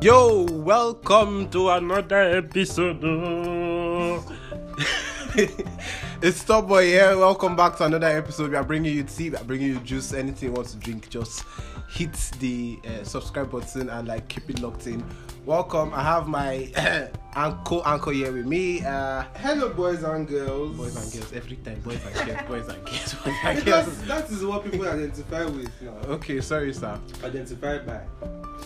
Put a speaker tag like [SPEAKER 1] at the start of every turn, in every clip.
[SPEAKER 1] Yo, welcome to another episode. oh.
[SPEAKER 2] It's Starboy here. Welcome back to another episode. We are bringing you tea, we are bringing you juice, anything you want to drink. Just hit the uh, subscribe button and like keep it locked in. Welcome. I have my uncle uncle here with me. Uh,
[SPEAKER 3] Hello, boys and girls.
[SPEAKER 2] boys and girls every time. Boys and girls. Boys and girls. Boys and girls.
[SPEAKER 3] Because that is what people identify with now.
[SPEAKER 2] Okay, sorry sir.
[SPEAKER 3] Identify by.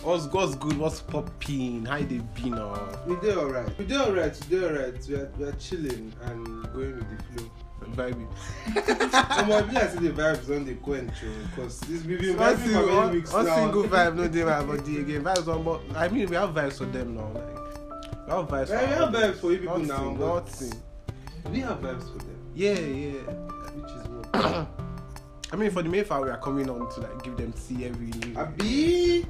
[SPEAKER 2] What's what's good? What's popping? How you oh? dey be now?
[SPEAKER 3] We did alright. We did alright. We did alright. We are, we are chilling and going with the flow.
[SPEAKER 2] Vibe.
[SPEAKER 3] Some of you are see the vibes on the quench, because this we've been
[SPEAKER 2] One
[SPEAKER 3] vibing for
[SPEAKER 2] single,
[SPEAKER 3] many
[SPEAKER 2] one,
[SPEAKER 3] weeks
[SPEAKER 2] one
[SPEAKER 3] now.
[SPEAKER 2] single vibe no dey my body again. Vibes on, but I mean we have vibes for them now. Like we have vibes.
[SPEAKER 3] Yeah, we
[SPEAKER 2] our
[SPEAKER 3] have vibes for you people
[SPEAKER 2] Nothing,
[SPEAKER 3] now, but-
[SPEAKER 2] Nothing.
[SPEAKER 3] We have vibes for them,
[SPEAKER 2] Yeah, yeah.
[SPEAKER 3] which is what.
[SPEAKER 2] I mean, for the main fact, we are coming on to like give them tea every. New
[SPEAKER 3] Abi,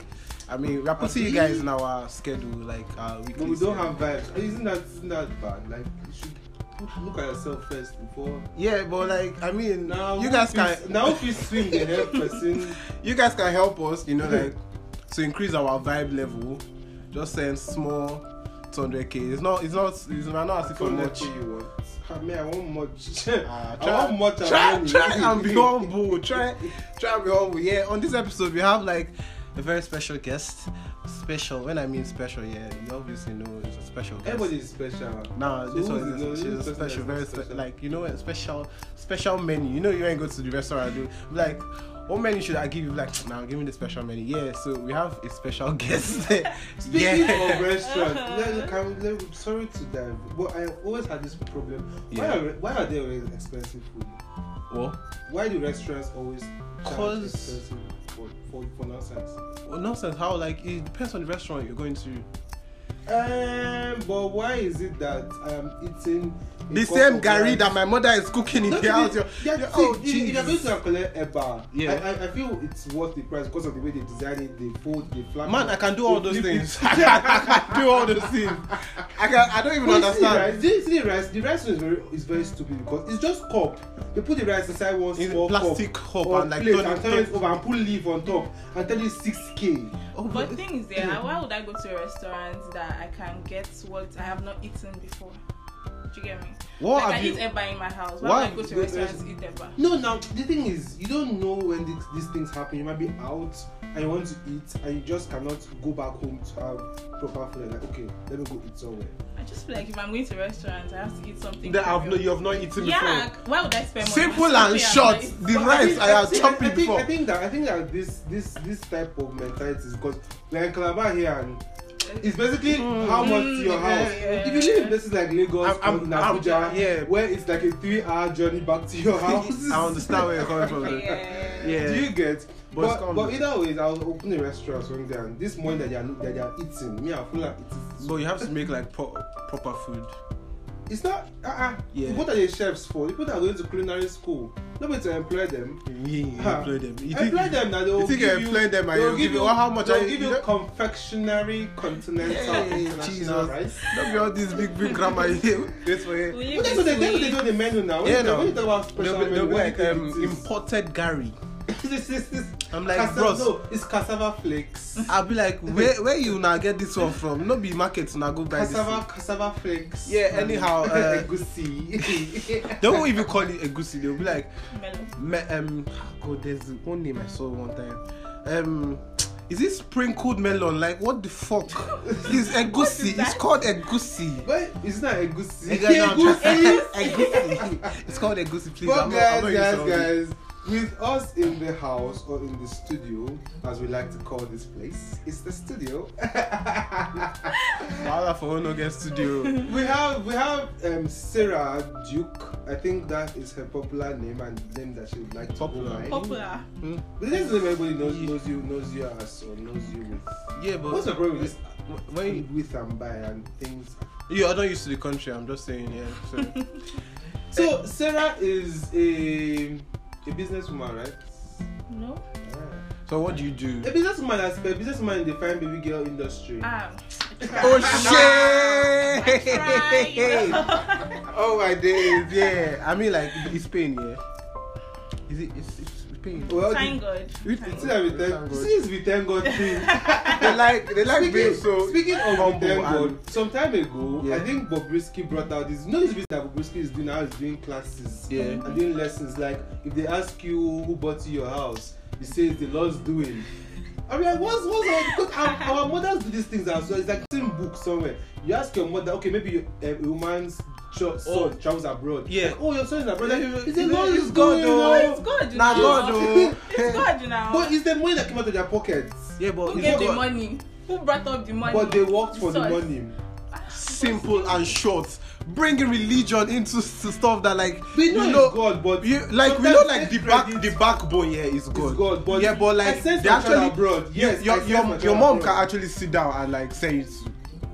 [SPEAKER 2] I mean, we are putting you
[SPEAKER 3] Abi.
[SPEAKER 2] guys in our schedule, like our weekly.
[SPEAKER 3] but we
[SPEAKER 2] schedule.
[SPEAKER 3] don't have vibes. Isn't that isn't that bad? Like you should look at yourself first before.
[SPEAKER 2] Yeah, but like I mean,
[SPEAKER 3] Now
[SPEAKER 2] you
[SPEAKER 3] who
[SPEAKER 2] guys
[SPEAKER 3] fits-
[SPEAKER 2] can
[SPEAKER 3] now if you swim the help person.
[SPEAKER 2] you guys can help us, you know, like to increase our vibe level. Just send small 200k. It's not. It's not. It's not as if for
[SPEAKER 3] Come
[SPEAKER 2] much.
[SPEAKER 3] much you want. I mean, I want much.
[SPEAKER 2] Ah,
[SPEAKER 3] I want much. and
[SPEAKER 2] try,
[SPEAKER 3] money.
[SPEAKER 2] try and be humble. Try, try and be humble. Yeah, on this episode we have like a very special guest. Special. When I mean special, yeah, you obviously know it's a special guest.
[SPEAKER 3] Everybody is special.
[SPEAKER 2] Nah, this
[SPEAKER 3] who
[SPEAKER 2] one is
[SPEAKER 3] is the-
[SPEAKER 2] she's
[SPEAKER 3] who's
[SPEAKER 2] a
[SPEAKER 3] the
[SPEAKER 2] special,
[SPEAKER 3] person
[SPEAKER 2] very
[SPEAKER 3] that's
[SPEAKER 2] special.
[SPEAKER 3] special?
[SPEAKER 2] like you know, a special, special menu. You know, you ain't go to the restaurant. Dude. Like, what menu should I give you? Like, now give me the special menu. Yeah, so we have a special guest.
[SPEAKER 3] Speaking
[SPEAKER 2] yeah.
[SPEAKER 3] of restaurants, let, can, we- let, sorry to dive, but I always had this problem.
[SPEAKER 2] Yeah.
[SPEAKER 3] Why, are, why are they always expensive food?
[SPEAKER 2] Well,
[SPEAKER 3] Why do restaurants always charge
[SPEAKER 2] 'Cause-
[SPEAKER 3] expensive for, for, for nonsense?
[SPEAKER 2] well, nonsense. How like it depends on the restaurant you're going to.
[SPEAKER 3] Um, but why is it that um, I'm eating a
[SPEAKER 2] the
[SPEAKER 3] cup
[SPEAKER 2] same
[SPEAKER 3] of
[SPEAKER 2] Gary
[SPEAKER 3] rice-
[SPEAKER 2] that my mother is cooking in
[SPEAKER 3] Don't
[SPEAKER 2] the
[SPEAKER 3] you
[SPEAKER 2] house.
[SPEAKER 3] think-
[SPEAKER 2] You're,
[SPEAKER 3] yeah,
[SPEAKER 2] you're-
[SPEAKER 3] see,
[SPEAKER 2] oh,
[SPEAKER 3] if- if you're going
[SPEAKER 2] jeez.
[SPEAKER 3] to collect Eba,
[SPEAKER 2] Yeah.
[SPEAKER 3] I, I, I feel it's worth the price because of the way they design it, they fold, they flat.
[SPEAKER 2] Man, I can do all those
[SPEAKER 3] Flip it.
[SPEAKER 2] things. I can do all those things. I can. I don't even
[SPEAKER 3] But you see the
[SPEAKER 2] understand.
[SPEAKER 3] rice- do you see the rice? The rice is very is very stupid because it's just cup. They put the rice inside one
[SPEAKER 2] In
[SPEAKER 3] small
[SPEAKER 2] plastic cup
[SPEAKER 3] or
[SPEAKER 2] and, like,
[SPEAKER 3] plate
[SPEAKER 2] turn it-
[SPEAKER 3] and turn it over and put leaf on top and tell you six k.
[SPEAKER 2] Oh,
[SPEAKER 4] But the thing is, yeah, why would I go to a restaurant that I can get what I have not eaten before? Do you get me?
[SPEAKER 2] What
[SPEAKER 4] like
[SPEAKER 2] have
[SPEAKER 4] I
[SPEAKER 2] you-
[SPEAKER 4] eat eba in my house.
[SPEAKER 2] Why
[SPEAKER 4] Why, would I go to a
[SPEAKER 3] have you-
[SPEAKER 4] restaurant to eat eba?
[SPEAKER 3] No, now the thing is, you don't know when these, these things happen. You might be out and you want to eat and you just cannot go back home to have proper food. Like, okay, let me go eat somewhere.
[SPEAKER 4] I just feel like if I'm going to a restaurant, I have to eat something.
[SPEAKER 2] that I've
[SPEAKER 4] real.
[SPEAKER 2] no, you have not eaten
[SPEAKER 4] yeah,
[SPEAKER 2] before.
[SPEAKER 4] why would I spend money? on
[SPEAKER 2] Simple and
[SPEAKER 4] something I'm
[SPEAKER 2] short.
[SPEAKER 4] not eating?
[SPEAKER 2] The rice I have
[SPEAKER 3] See,
[SPEAKER 2] chopped
[SPEAKER 3] I
[SPEAKER 2] it
[SPEAKER 3] think, I
[SPEAKER 2] before.
[SPEAKER 3] think that I think that this this this type of mentality is because we're in Calabar here and it's basically
[SPEAKER 2] Mm.
[SPEAKER 3] how much
[SPEAKER 4] Mm,
[SPEAKER 3] to your
[SPEAKER 2] yeah,
[SPEAKER 3] house.
[SPEAKER 4] yeah,
[SPEAKER 3] If you live
[SPEAKER 4] yeah.
[SPEAKER 3] in places like Lagos
[SPEAKER 2] I'm-
[SPEAKER 3] or in
[SPEAKER 2] I'm- I'm-
[SPEAKER 3] Abuja,
[SPEAKER 2] yeah.
[SPEAKER 3] where it's like a three-hour journey back to your house,
[SPEAKER 2] I understand where you're coming from. though.
[SPEAKER 4] Yeah.
[SPEAKER 2] Yeah.
[SPEAKER 3] Do you get?
[SPEAKER 2] But it's
[SPEAKER 3] But, but,
[SPEAKER 2] common.
[SPEAKER 3] either way, I was opening a restaurant one day and this morning that they are that they are eating, me I feel like it's
[SPEAKER 2] But you have to make like pro- proper food.
[SPEAKER 3] it's not uh uh
[SPEAKER 2] Yeah.
[SPEAKER 3] What are the chefs for? People that are going to culinary school, nobody to employ them.
[SPEAKER 2] You
[SPEAKER 3] Huh.
[SPEAKER 2] employ them. You think
[SPEAKER 3] Employ them now. They will
[SPEAKER 2] think you
[SPEAKER 3] give you.
[SPEAKER 2] employ them and
[SPEAKER 3] they
[SPEAKER 2] you
[SPEAKER 3] will
[SPEAKER 2] give you- well, how much
[SPEAKER 3] They
[SPEAKER 2] are
[SPEAKER 3] will
[SPEAKER 2] you-
[SPEAKER 3] give
[SPEAKER 2] you
[SPEAKER 3] you
[SPEAKER 2] don't-
[SPEAKER 3] confectionary continental
[SPEAKER 2] Hey,
[SPEAKER 3] international
[SPEAKER 2] Jesus.
[SPEAKER 3] rice.
[SPEAKER 2] Don't be all this big big grammar here. This
[SPEAKER 4] Will
[SPEAKER 2] way.
[SPEAKER 4] you
[SPEAKER 3] But
[SPEAKER 4] be
[SPEAKER 3] that's what they that's what they
[SPEAKER 4] sweet?
[SPEAKER 3] do on the menu now. When
[SPEAKER 2] Yeah,
[SPEAKER 3] you-
[SPEAKER 2] no.
[SPEAKER 3] When you talk about
[SPEAKER 2] They'll
[SPEAKER 3] special
[SPEAKER 2] be, they'll
[SPEAKER 3] menu,
[SPEAKER 2] be
[SPEAKER 3] what
[SPEAKER 2] like
[SPEAKER 3] do you think
[SPEAKER 2] um,
[SPEAKER 3] it is?
[SPEAKER 2] imported Gary.
[SPEAKER 3] This is- this-
[SPEAKER 2] I'm like,
[SPEAKER 3] cassava,
[SPEAKER 2] bros.
[SPEAKER 3] no, it's cassava flakes.
[SPEAKER 2] I'll be like, where where you now get this one from? No be market now go buy this.
[SPEAKER 3] cassava cassava flakes.
[SPEAKER 2] Yeah, anyhow, uh,
[SPEAKER 3] goosey.
[SPEAKER 2] They won't even call it a goosey. They'll be like,
[SPEAKER 4] Mellow.
[SPEAKER 2] me, um, God, there's one name I saw one time. Um, is it sprinkled melon? Like, what the fuck? It's a goosey.
[SPEAKER 4] that?
[SPEAKER 2] It's called a goosey.
[SPEAKER 3] But it's not a
[SPEAKER 2] Hey,
[SPEAKER 3] goosey.
[SPEAKER 2] guys, I'm
[SPEAKER 3] Goosey.
[SPEAKER 2] trying- a goosey. It's called a goosey. Please,
[SPEAKER 3] But
[SPEAKER 2] I'm not-
[SPEAKER 3] guys,
[SPEAKER 2] I'm not
[SPEAKER 3] guys,
[SPEAKER 2] insulting.
[SPEAKER 3] guys, With us in the house or in the studio, as we like to call this place, it's the studio.
[SPEAKER 2] Wahala for one get studio.
[SPEAKER 3] we have we have um, Sarah Duke. I think that is her popular name and name that she would like to go
[SPEAKER 2] Popular.
[SPEAKER 3] by.
[SPEAKER 4] Popular.
[SPEAKER 2] Hmm?
[SPEAKER 3] But this is the name everybody knows, knows you knows you as or knows you with.
[SPEAKER 2] Yeah, but
[SPEAKER 3] What's the problem with this?
[SPEAKER 2] when you,
[SPEAKER 3] with and by and things.
[SPEAKER 2] you are not used to the country, I'm just saying. Yeah. So.
[SPEAKER 3] So Sarah is a a businesswoman, right?
[SPEAKER 4] No.
[SPEAKER 2] so what do you do?
[SPEAKER 3] A businesswoman as a businesswoman in the fine baby girl industry.
[SPEAKER 4] Um.
[SPEAKER 2] Oh
[SPEAKER 4] Right.
[SPEAKER 2] shit! oh my days, yeah. I mean, like it's pain, yeah. Is it? It's, it's pain.
[SPEAKER 3] Well, the-
[SPEAKER 4] Thank God.
[SPEAKER 3] We,
[SPEAKER 4] Thank
[SPEAKER 3] see
[SPEAKER 4] God.
[SPEAKER 3] that we thank,
[SPEAKER 2] Thank God.
[SPEAKER 3] since we thank God too.
[SPEAKER 2] they like they like being so
[SPEAKER 3] speaking of we
[SPEAKER 2] humble
[SPEAKER 3] thank
[SPEAKER 2] and
[SPEAKER 3] God, some time ago,
[SPEAKER 2] Yeah.
[SPEAKER 3] I think Bobrisky brought out this. You know this bit that Bobrisky is doing now is doing classes
[SPEAKER 2] Yeah.
[SPEAKER 3] and doing lessons. Like if they ask you who bought you your house, you say it's the Lord's doing. I mean, like, what's what's all because our, our mothers do these things as well. It's like same book somewhere. You ask your mother, okay, maybe your, uh, a woman's ch- son
[SPEAKER 2] Oh.
[SPEAKER 3] travels abroad.
[SPEAKER 2] Yeah.
[SPEAKER 3] Like, oh, your son is abroad. Like,
[SPEAKER 2] Yeah,
[SPEAKER 3] it's the
[SPEAKER 2] yeah,
[SPEAKER 3] Lord's
[SPEAKER 2] it's God,
[SPEAKER 3] doing,
[SPEAKER 2] oh.
[SPEAKER 4] Oh,
[SPEAKER 3] Lord.
[SPEAKER 4] it's God. you
[SPEAKER 2] Nah,
[SPEAKER 4] know.
[SPEAKER 2] God, oh.
[SPEAKER 4] It's God you now.
[SPEAKER 3] But it's the money that came out of their pockets.
[SPEAKER 2] yeah, but
[SPEAKER 4] Who
[SPEAKER 2] it's
[SPEAKER 4] gave the
[SPEAKER 2] got
[SPEAKER 4] money? Who brought up the money?
[SPEAKER 3] But they worked for the
[SPEAKER 4] Source.
[SPEAKER 3] money.
[SPEAKER 2] simple and short. Bringing religion into s- stuff that like
[SPEAKER 3] We
[SPEAKER 2] you
[SPEAKER 3] know,
[SPEAKER 2] know.
[SPEAKER 3] it's God, but
[SPEAKER 2] You, like we
[SPEAKER 3] sometimes
[SPEAKER 2] know, like the
[SPEAKER 3] take
[SPEAKER 2] back,
[SPEAKER 3] credit
[SPEAKER 2] the backbone here is
[SPEAKER 3] is
[SPEAKER 2] God.
[SPEAKER 3] God, but
[SPEAKER 2] yeah, but
[SPEAKER 3] I
[SPEAKER 2] like
[SPEAKER 3] sent
[SPEAKER 2] they
[SPEAKER 3] my child
[SPEAKER 2] actually
[SPEAKER 3] abroad. Yes, I
[SPEAKER 2] your
[SPEAKER 3] sent my
[SPEAKER 2] your,
[SPEAKER 3] child
[SPEAKER 2] your mom
[SPEAKER 3] abroad.
[SPEAKER 2] can actually sit down and like say it's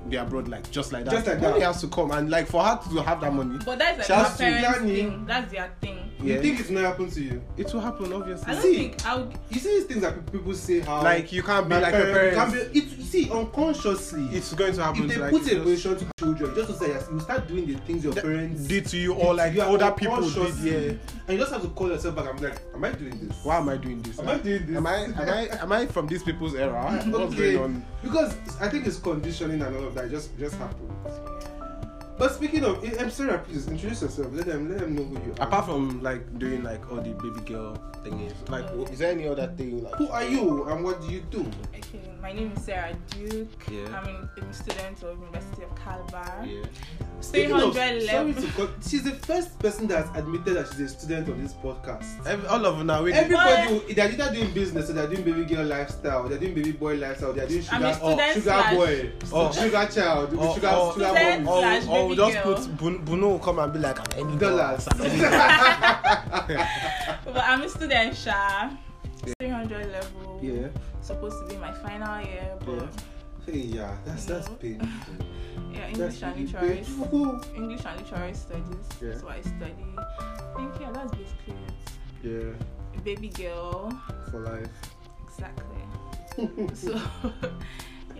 [SPEAKER 2] they abroad like just like that.
[SPEAKER 3] Just like
[SPEAKER 2] money
[SPEAKER 3] that.
[SPEAKER 2] has to come and like for her to have that money,
[SPEAKER 4] But that's like
[SPEAKER 2] She
[SPEAKER 4] my
[SPEAKER 2] has to.
[SPEAKER 4] parents'
[SPEAKER 3] Yanni.
[SPEAKER 4] thing. That's their thing.
[SPEAKER 2] Yeah.
[SPEAKER 3] You think it's not happened to you?
[SPEAKER 2] it will happen obviously.
[SPEAKER 4] I don't
[SPEAKER 3] See.
[SPEAKER 4] think I'll.
[SPEAKER 3] You see these things that pe- people say how
[SPEAKER 2] like you can't be
[SPEAKER 3] my
[SPEAKER 2] like your
[SPEAKER 3] parents-
[SPEAKER 2] parents.
[SPEAKER 3] can be- it, you see unconsciously.
[SPEAKER 2] it's going to happen.
[SPEAKER 3] if they
[SPEAKER 2] to, like,
[SPEAKER 3] put a
[SPEAKER 2] just-
[SPEAKER 3] pressure to children, just to say yes, you start doing the things your
[SPEAKER 2] that
[SPEAKER 3] parents
[SPEAKER 2] did to you or like
[SPEAKER 3] you are
[SPEAKER 2] older people did.
[SPEAKER 3] unconsciously.
[SPEAKER 2] Yeah.
[SPEAKER 3] and you just have to call yourself back. I'm like, am I doing this?
[SPEAKER 2] Why am I doing this?
[SPEAKER 3] Am I doing this?
[SPEAKER 2] Am I am I am I from these people's era? What's
[SPEAKER 3] okay.
[SPEAKER 2] going on?
[SPEAKER 3] Because I think it's conditioning and all of that it just just happens. But speaking of, eh, I'm sorry, please introduce yourself. Let them let them know who you are.
[SPEAKER 2] Apart from like doing like all the baby girl thingies, like w- is there any other thing like?
[SPEAKER 3] who are you and what do you do?
[SPEAKER 4] Okay, my name is Sarah Duke.
[SPEAKER 2] Yeah.
[SPEAKER 4] I'm an- I'm a student of University of Calbar.
[SPEAKER 2] Yeah.
[SPEAKER 3] Speaking of- Sorry
[SPEAKER 4] 311.
[SPEAKER 3] to cut. She's the first person that's admitted that she's a student of this podcast.
[SPEAKER 2] Every, all of now we
[SPEAKER 3] Everybody,
[SPEAKER 4] But-
[SPEAKER 3] who- they're either doing business or they're doing baby girl lifestyle, they're doing baby boy lifestyle, they're doing
[SPEAKER 4] I'm a
[SPEAKER 3] sugar,
[SPEAKER 4] student
[SPEAKER 3] sugar
[SPEAKER 4] slash-
[SPEAKER 3] boy,
[SPEAKER 2] Oh.
[SPEAKER 3] sugar child,
[SPEAKER 2] Oh,
[SPEAKER 3] sugar,
[SPEAKER 2] oh,
[SPEAKER 3] sugar
[SPEAKER 4] Student
[SPEAKER 3] mommy.
[SPEAKER 2] or,
[SPEAKER 4] slash
[SPEAKER 2] or we
[SPEAKER 4] baby
[SPEAKER 2] just
[SPEAKER 4] girl.
[SPEAKER 2] put Bun- Bruno will come and be like I'm any
[SPEAKER 3] Dollars.
[SPEAKER 4] But I'm a student, Sha. 300 level.
[SPEAKER 3] yeah.
[SPEAKER 4] Supposed to be my final year, but
[SPEAKER 3] Yeah. Hey, yeah, that's that's painful.
[SPEAKER 4] yeah,
[SPEAKER 3] That's
[SPEAKER 4] English and
[SPEAKER 3] really
[SPEAKER 4] literary.
[SPEAKER 3] painful.
[SPEAKER 4] English and literary studies.
[SPEAKER 3] Yeah.
[SPEAKER 4] That's what I study. I think yeah, that's basically it.
[SPEAKER 3] Yeah,
[SPEAKER 4] Baby girl.
[SPEAKER 3] for life.
[SPEAKER 4] Exactly. so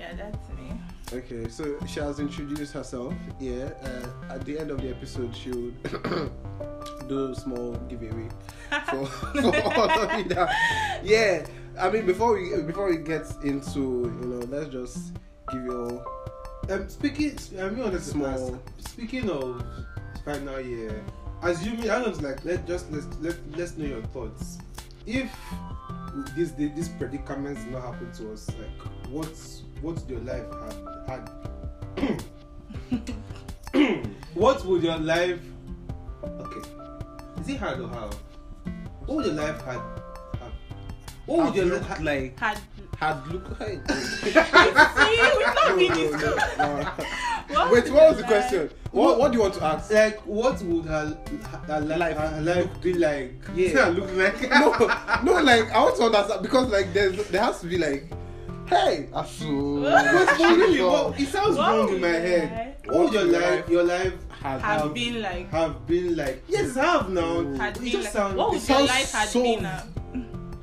[SPEAKER 4] yeah, that's me.
[SPEAKER 2] Okay, so she has introduced herself. Yeah, uh, at the end of the episode, she would do a small giveaway for, for all of you. That, yeah, I mean, before we before we get into you know, let's just give you all.
[SPEAKER 3] Um, speaking, I'm mean, honest.
[SPEAKER 2] Small.
[SPEAKER 3] Small. Speaking of final year, assuming I don't like let just let's let let's know your thoughts. If this the- this predicament did not happen to us, like what's what's your life had had? what would your life? Okay, is it hard or have? What would your life had? have? What would
[SPEAKER 2] have
[SPEAKER 3] your
[SPEAKER 2] looked
[SPEAKER 3] life?
[SPEAKER 2] like?
[SPEAKER 4] Had
[SPEAKER 2] Had looked like?
[SPEAKER 4] see, we've not been
[SPEAKER 2] No, no, no, no.
[SPEAKER 4] discussed. What
[SPEAKER 2] Wait,
[SPEAKER 4] would
[SPEAKER 2] what was the
[SPEAKER 4] you
[SPEAKER 2] question?
[SPEAKER 4] like?
[SPEAKER 2] What What do you want to ask?
[SPEAKER 3] like what would her, her, her life,
[SPEAKER 2] Life
[SPEAKER 3] her life be like?
[SPEAKER 2] Yeah.
[SPEAKER 3] look like.
[SPEAKER 2] no, no, like I want to understand because like there's there has to be like, hey, Asu.
[SPEAKER 3] But for really,
[SPEAKER 2] Asu.
[SPEAKER 3] what, it sounds
[SPEAKER 4] What
[SPEAKER 3] wrong
[SPEAKER 4] would
[SPEAKER 3] in my
[SPEAKER 4] you
[SPEAKER 3] head.
[SPEAKER 4] like?
[SPEAKER 3] All
[SPEAKER 2] What
[SPEAKER 3] your
[SPEAKER 2] would you
[SPEAKER 3] life,
[SPEAKER 2] like?
[SPEAKER 3] your life
[SPEAKER 2] Um, Had-
[SPEAKER 4] Have
[SPEAKER 3] have-
[SPEAKER 4] been like.
[SPEAKER 3] have been like yes, have now.
[SPEAKER 2] Ooh.
[SPEAKER 4] Had
[SPEAKER 3] it
[SPEAKER 4] been
[SPEAKER 3] just
[SPEAKER 4] like.
[SPEAKER 3] sounds
[SPEAKER 4] what
[SPEAKER 3] it
[SPEAKER 4] would your
[SPEAKER 2] sounds
[SPEAKER 4] life had
[SPEAKER 2] so-
[SPEAKER 4] been? Uh,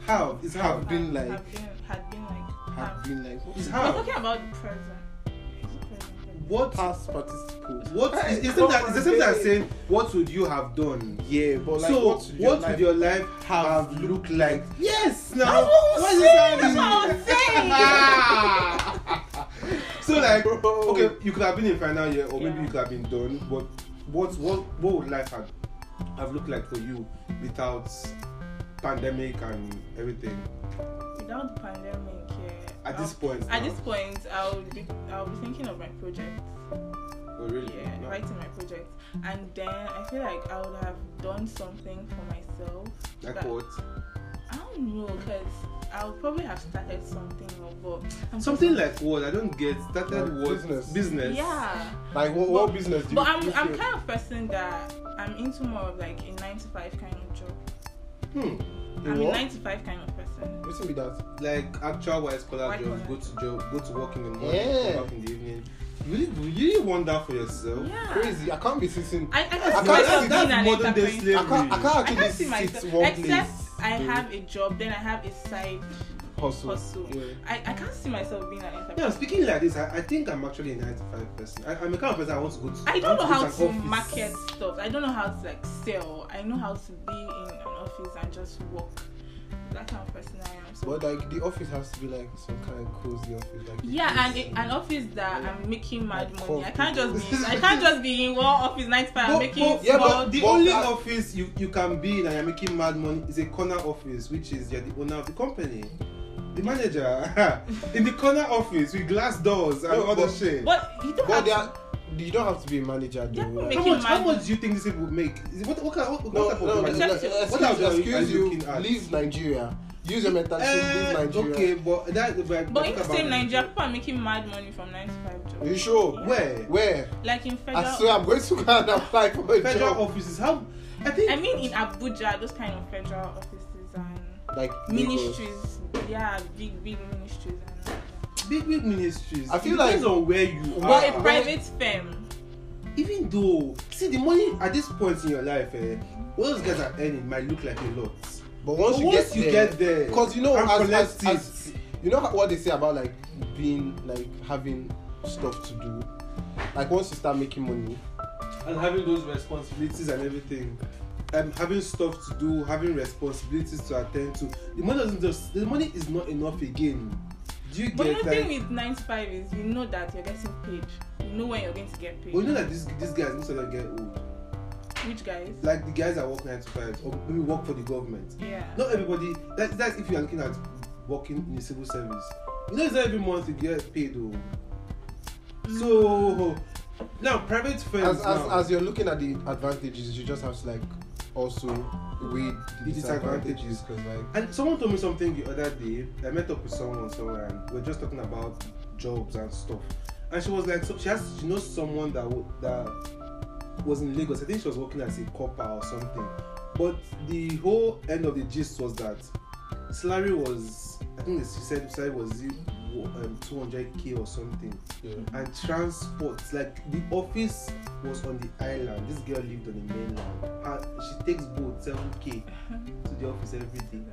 [SPEAKER 3] have it's have.
[SPEAKER 2] Have been like-
[SPEAKER 4] Have been, had been like.
[SPEAKER 2] Have
[SPEAKER 4] Have.
[SPEAKER 2] been like what
[SPEAKER 3] It's
[SPEAKER 2] is
[SPEAKER 4] We're
[SPEAKER 3] have.
[SPEAKER 4] talking about the present. Is it present?
[SPEAKER 3] What
[SPEAKER 2] past participle?
[SPEAKER 3] what
[SPEAKER 2] Hey,
[SPEAKER 3] it's the same
[SPEAKER 2] come
[SPEAKER 3] that it's the
[SPEAKER 2] on,
[SPEAKER 3] same that
[SPEAKER 2] babe.
[SPEAKER 3] saying what would you have done?
[SPEAKER 2] Yeah, but like
[SPEAKER 3] so
[SPEAKER 2] what
[SPEAKER 3] what,
[SPEAKER 2] would your
[SPEAKER 3] would
[SPEAKER 2] life-
[SPEAKER 3] your life have,
[SPEAKER 2] have
[SPEAKER 3] looked like? Yes, now
[SPEAKER 4] That's
[SPEAKER 3] Why
[SPEAKER 4] what we're
[SPEAKER 3] is it
[SPEAKER 4] saying. That's
[SPEAKER 3] sounding-
[SPEAKER 4] what I'm saying.
[SPEAKER 3] so like
[SPEAKER 2] Bro.
[SPEAKER 3] okay you could have been in final year or maybe
[SPEAKER 4] Yeah.
[SPEAKER 3] you could have been done but what what what would life have, have looked like for you without pandemic and everything
[SPEAKER 4] Without the pandemic, yeah.
[SPEAKER 3] at this
[SPEAKER 4] I'll-
[SPEAKER 3] point
[SPEAKER 4] At
[SPEAKER 3] now?
[SPEAKER 4] this point, I would be I would be thinking of my project.
[SPEAKER 3] oh, really
[SPEAKER 4] Yeah,
[SPEAKER 3] No.
[SPEAKER 4] writing my project, and then I feel like I would have done something for myself.
[SPEAKER 3] like
[SPEAKER 4] that-
[SPEAKER 3] what
[SPEAKER 4] don't know because I'll probably have started something or but I'm
[SPEAKER 3] Something like what? I don't get. Started
[SPEAKER 2] Like
[SPEAKER 3] what?
[SPEAKER 2] business.
[SPEAKER 3] Business.
[SPEAKER 4] yeah.
[SPEAKER 2] Like what, what business do you?
[SPEAKER 4] But I'm
[SPEAKER 2] do you
[SPEAKER 4] I'm
[SPEAKER 2] feel?
[SPEAKER 4] kind of person that I'm into more of like a nine to five kind of job.
[SPEAKER 3] Hmm.
[SPEAKER 4] I'm a
[SPEAKER 2] what?
[SPEAKER 4] nine to five kind of person.
[SPEAKER 2] Listen to that.
[SPEAKER 3] Like actual white collar
[SPEAKER 4] White
[SPEAKER 3] job.
[SPEAKER 4] collar.
[SPEAKER 3] Go to job. Go to work in the morning.
[SPEAKER 2] Yeah.
[SPEAKER 3] Come back in the evening. You really, you really want that for yourself?
[SPEAKER 4] Yeah.
[SPEAKER 2] Oh, Crazy. I can't be sitting.
[SPEAKER 4] I, I can
[SPEAKER 2] can't-
[SPEAKER 4] see myself
[SPEAKER 2] that's-
[SPEAKER 4] being
[SPEAKER 3] that's
[SPEAKER 4] an
[SPEAKER 3] modern day
[SPEAKER 4] entrepreneur.
[SPEAKER 3] slavery.
[SPEAKER 2] I can't. I
[SPEAKER 4] I
[SPEAKER 2] can't
[SPEAKER 4] can't see
[SPEAKER 2] actually
[SPEAKER 4] myself
[SPEAKER 2] sit one
[SPEAKER 4] except
[SPEAKER 2] place. Mm.
[SPEAKER 4] I
[SPEAKER 2] doing
[SPEAKER 4] have a job, then I have a side
[SPEAKER 2] hustle.
[SPEAKER 4] hustle.
[SPEAKER 3] Yeah.
[SPEAKER 4] I, I can't see myself being an entrepreneur.
[SPEAKER 3] Yeah, speaking like this, I, I think I'm actually a 95 person. I, I'm a kind of person I want to go to.
[SPEAKER 4] I don't know
[SPEAKER 3] want
[SPEAKER 4] how
[SPEAKER 3] go
[SPEAKER 4] to
[SPEAKER 3] an office.
[SPEAKER 4] market stuff. I don't know how to like sell. I know how to be in an office and just work. That kind of person I am. So
[SPEAKER 2] But like the office has to be like some kind of cozy office. Like
[SPEAKER 4] yeah, and it,
[SPEAKER 2] it's-
[SPEAKER 4] an office that I'm making mad
[SPEAKER 2] Like
[SPEAKER 4] money. I can't just
[SPEAKER 3] corporate.
[SPEAKER 4] be. I can't just be in one office nine to five. I'm
[SPEAKER 3] But,
[SPEAKER 4] making
[SPEAKER 3] but,
[SPEAKER 4] small.
[SPEAKER 3] yeah, but the
[SPEAKER 2] but
[SPEAKER 3] only
[SPEAKER 2] that-
[SPEAKER 3] office you, you can be in and you're making mad money is a corner office, which is you're the owner of the company. The manager in the corner office with glass doors and
[SPEAKER 2] No,
[SPEAKER 3] all
[SPEAKER 2] but-
[SPEAKER 3] that shit.
[SPEAKER 4] but you don't
[SPEAKER 2] But
[SPEAKER 4] have.
[SPEAKER 2] they
[SPEAKER 4] to-
[SPEAKER 2] are, you don't have to be a manager though. right?
[SPEAKER 4] They're not
[SPEAKER 3] how
[SPEAKER 4] making
[SPEAKER 3] much how
[SPEAKER 4] mad-
[SPEAKER 3] much do you think these people make? Is it- What, what, kind- what, what
[SPEAKER 2] No,
[SPEAKER 3] type
[SPEAKER 2] no,
[SPEAKER 3] of
[SPEAKER 2] no,
[SPEAKER 3] money?
[SPEAKER 4] Except
[SPEAKER 2] no,
[SPEAKER 4] you-
[SPEAKER 2] excuse,
[SPEAKER 3] what are you-
[SPEAKER 2] excuse
[SPEAKER 3] are you
[SPEAKER 2] you,
[SPEAKER 3] looking at?
[SPEAKER 2] leave Nigeria. Use your mentality,
[SPEAKER 3] Eh,
[SPEAKER 2] leave Nigeria.
[SPEAKER 3] okay, but that but,
[SPEAKER 4] But
[SPEAKER 3] talk
[SPEAKER 4] if you
[SPEAKER 3] about
[SPEAKER 4] say Nigeria, people are making mad money from nine to five
[SPEAKER 2] Are you
[SPEAKER 4] jobs.
[SPEAKER 2] sure?
[SPEAKER 3] Where?
[SPEAKER 2] Where?
[SPEAKER 4] Like in
[SPEAKER 2] I
[SPEAKER 4] federal.
[SPEAKER 2] swear I'm going to go and apply for my
[SPEAKER 3] Federal
[SPEAKER 2] job.
[SPEAKER 3] offices. How? I think.
[SPEAKER 4] I mean, in Abuja, those kind of federal offices and
[SPEAKER 2] Like Lagos.
[SPEAKER 4] ministries. Yeah, big big ministries and. all that.
[SPEAKER 3] big big ministries.
[SPEAKER 2] I feel
[SPEAKER 3] it depends
[SPEAKER 2] like-
[SPEAKER 3] on where you
[SPEAKER 2] Well,
[SPEAKER 4] Or
[SPEAKER 3] are.
[SPEAKER 4] a private firm.
[SPEAKER 3] Even though, see the money at this point in your life, eh, what those guys are earning might look like a lot.
[SPEAKER 2] But once
[SPEAKER 3] But
[SPEAKER 2] you
[SPEAKER 3] once
[SPEAKER 2] get
[SPEAKER 3] you
[SPEAKER 2] there,
[SPEAKER 3] get there
[SPEAKER 2] because you know,
[SPEAKER 3] and
[SPEAKER 2] as, as,
[SPEAKER 3] collect
[SPEAKER 2] as, you know what they say about like being like having stuff to do. Like once you start making money,
[SPEAKER 3] And having those responsibilities and everything, um, having stuff to do, having responsibilities to attend to, the money doesn't just. The money is not enough again. Do you
[SPEAKER 4] But
[SPEAKER 3] get
[SPEAKER 4] the
[SPEAKER 3] like?
[SPEAKER 4] thing with nine to five is you know that you're getting paid. You know when you're going to get paid.
[SPEAKER 3] but you know that these these guys most of them get old.
[SPEAKER 4] Which guys?
[SPEAKER 3] Like the guys that work nine to five or maybe work for the government.
[SPEAKER 4] Yeah.
[SPEAKER 3] not everybody that, that's if you're looking at working in the civil service you know it's not every month you get paid though so now private firms
[SPEAKER 2] as,
[SPEAKER 3] now,
[SPEAKER 2] as, as you're looking at the advantages, you just have to like also weigh the
[SPEAKER 3] The disadvantages.
[SPEAKER 2] disadvantages because like
[SPEAKER 3] and someone told me something the other day i met up with someone somewhere and we are just talking about jobs and stuff and she was like so she has she knows someone that wo- that was in lagos i think she was working as a copper or something but the whole end of the gist was that salary was i think she said salary was um, 200k or something and transport like the office was on the island this girl lived on the mainland and she takes boat 7k to the office every day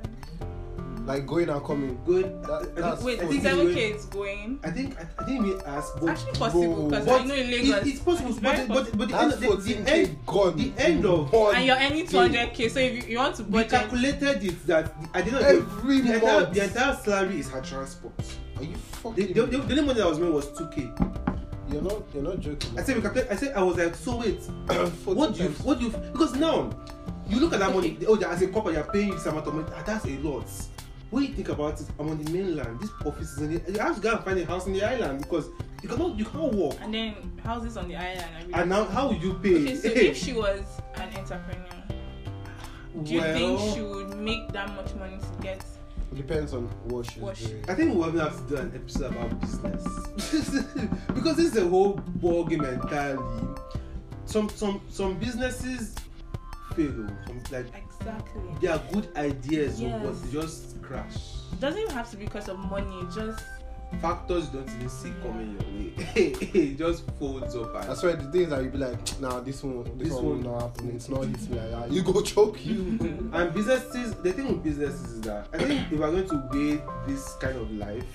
[SPEAKER 2] like going and coming.
[SPEAKER 3] good
[SPEAKER 2] That- that's-
[SPEAKER 4] Wait,
[SPEAKER 3] I think it's
[SPEAKER 4] seven
[SPEAKER 3] going-
[SPEAKER 4] K is going.
[SPEAKER 3] i think i, I didn't even ask but
[SPEAKER 4] It's actually possible because
[SPEAKER 3] but
[SPEAKER 4] I know in Lagos
[SPEAKER 3] it, it's possible but,
[SPEAKER 4] very
[SPEAKER 3] but, but the, end,
[SPEAKER 2] That's
[SPEAKER 3] of- the, the
[SPEAKER 2] 14k
[SPEAKER 3] end
[SPEAKER 2] gone.
[SPEAKER 3] the end of-
[SPEAKER 2] Gone.
[SPEAKER 4] and you're earning two hundred K, so if you, you want to
[SPEAKER 3] we
[SPEAKER 4] budget
[SPEAKER 3] calculated it that the, i didn't
[SPEAKER 2] Every
[SPEAKER 3] the, entire,
[SPEAKER 2] month.
[SPEAKER 3] the entire salary is her transport
[SPEAKER 2] Are you
[SPEAKER 3] the,
[SPEAKER 2] fucking?
[SPEAKER 3] the, the, the only money that was made was 2k
[SPEAKER 2] You're not. You're not joking.
[SPEAKER 3] i said we calculate, i said i was like so wait what do you
[SPEAKER 2] Times.
[SPEAKER 3] what do you because now you look at that money oh as a corporate you're paying this amount of money ah, that's a lot when you think about it i'm on the mainland this office is in the you have to go and find a house in the island because you cannot you can't work
[SPEAKER 4] and then houses on the island and
[SPEAKER 3] and
[SPEAKER 4] everything.
[SPEAKER 3] now how will you pay
[SPEAKER 4] Okay, so if she was an entrepreneur, do you think she would make that much money to get
[SPEAKER 2] Depends on what she's
[SPEAKER 4] What she-
[SPEAKER 2] doing.
[SPEAKER 3] I think we'll even have to do an episode about business because this is a whole ball game entirely. Some some some businesses fail. Some like
[SPEAKER 4] exactly?
[SPEAKER 3] they are good ideas,
[SPEAKER 4] Yes.
[SPEAKER 3] but they just crash.
[SPEAKER 4] Doesn't even have to be because of money. Just
[SPEAKER 3] factors you don't even see coming your way. it just folds up
[SPEAKER 2] I
[SPEAKER 3] and
[SPEAKER 2] swear the things that you'll be like, nah, this one, this,
[SPEAKER 3] This
[SPEAKER 2] one,
[SPEAKER 3] one.
[SPEAKER 2] will not happen. It's not hit me like that. You go choke you.
[SPEAKER 3] and businesses the thing with businesses is that I think if we're going to weigh this kind of life,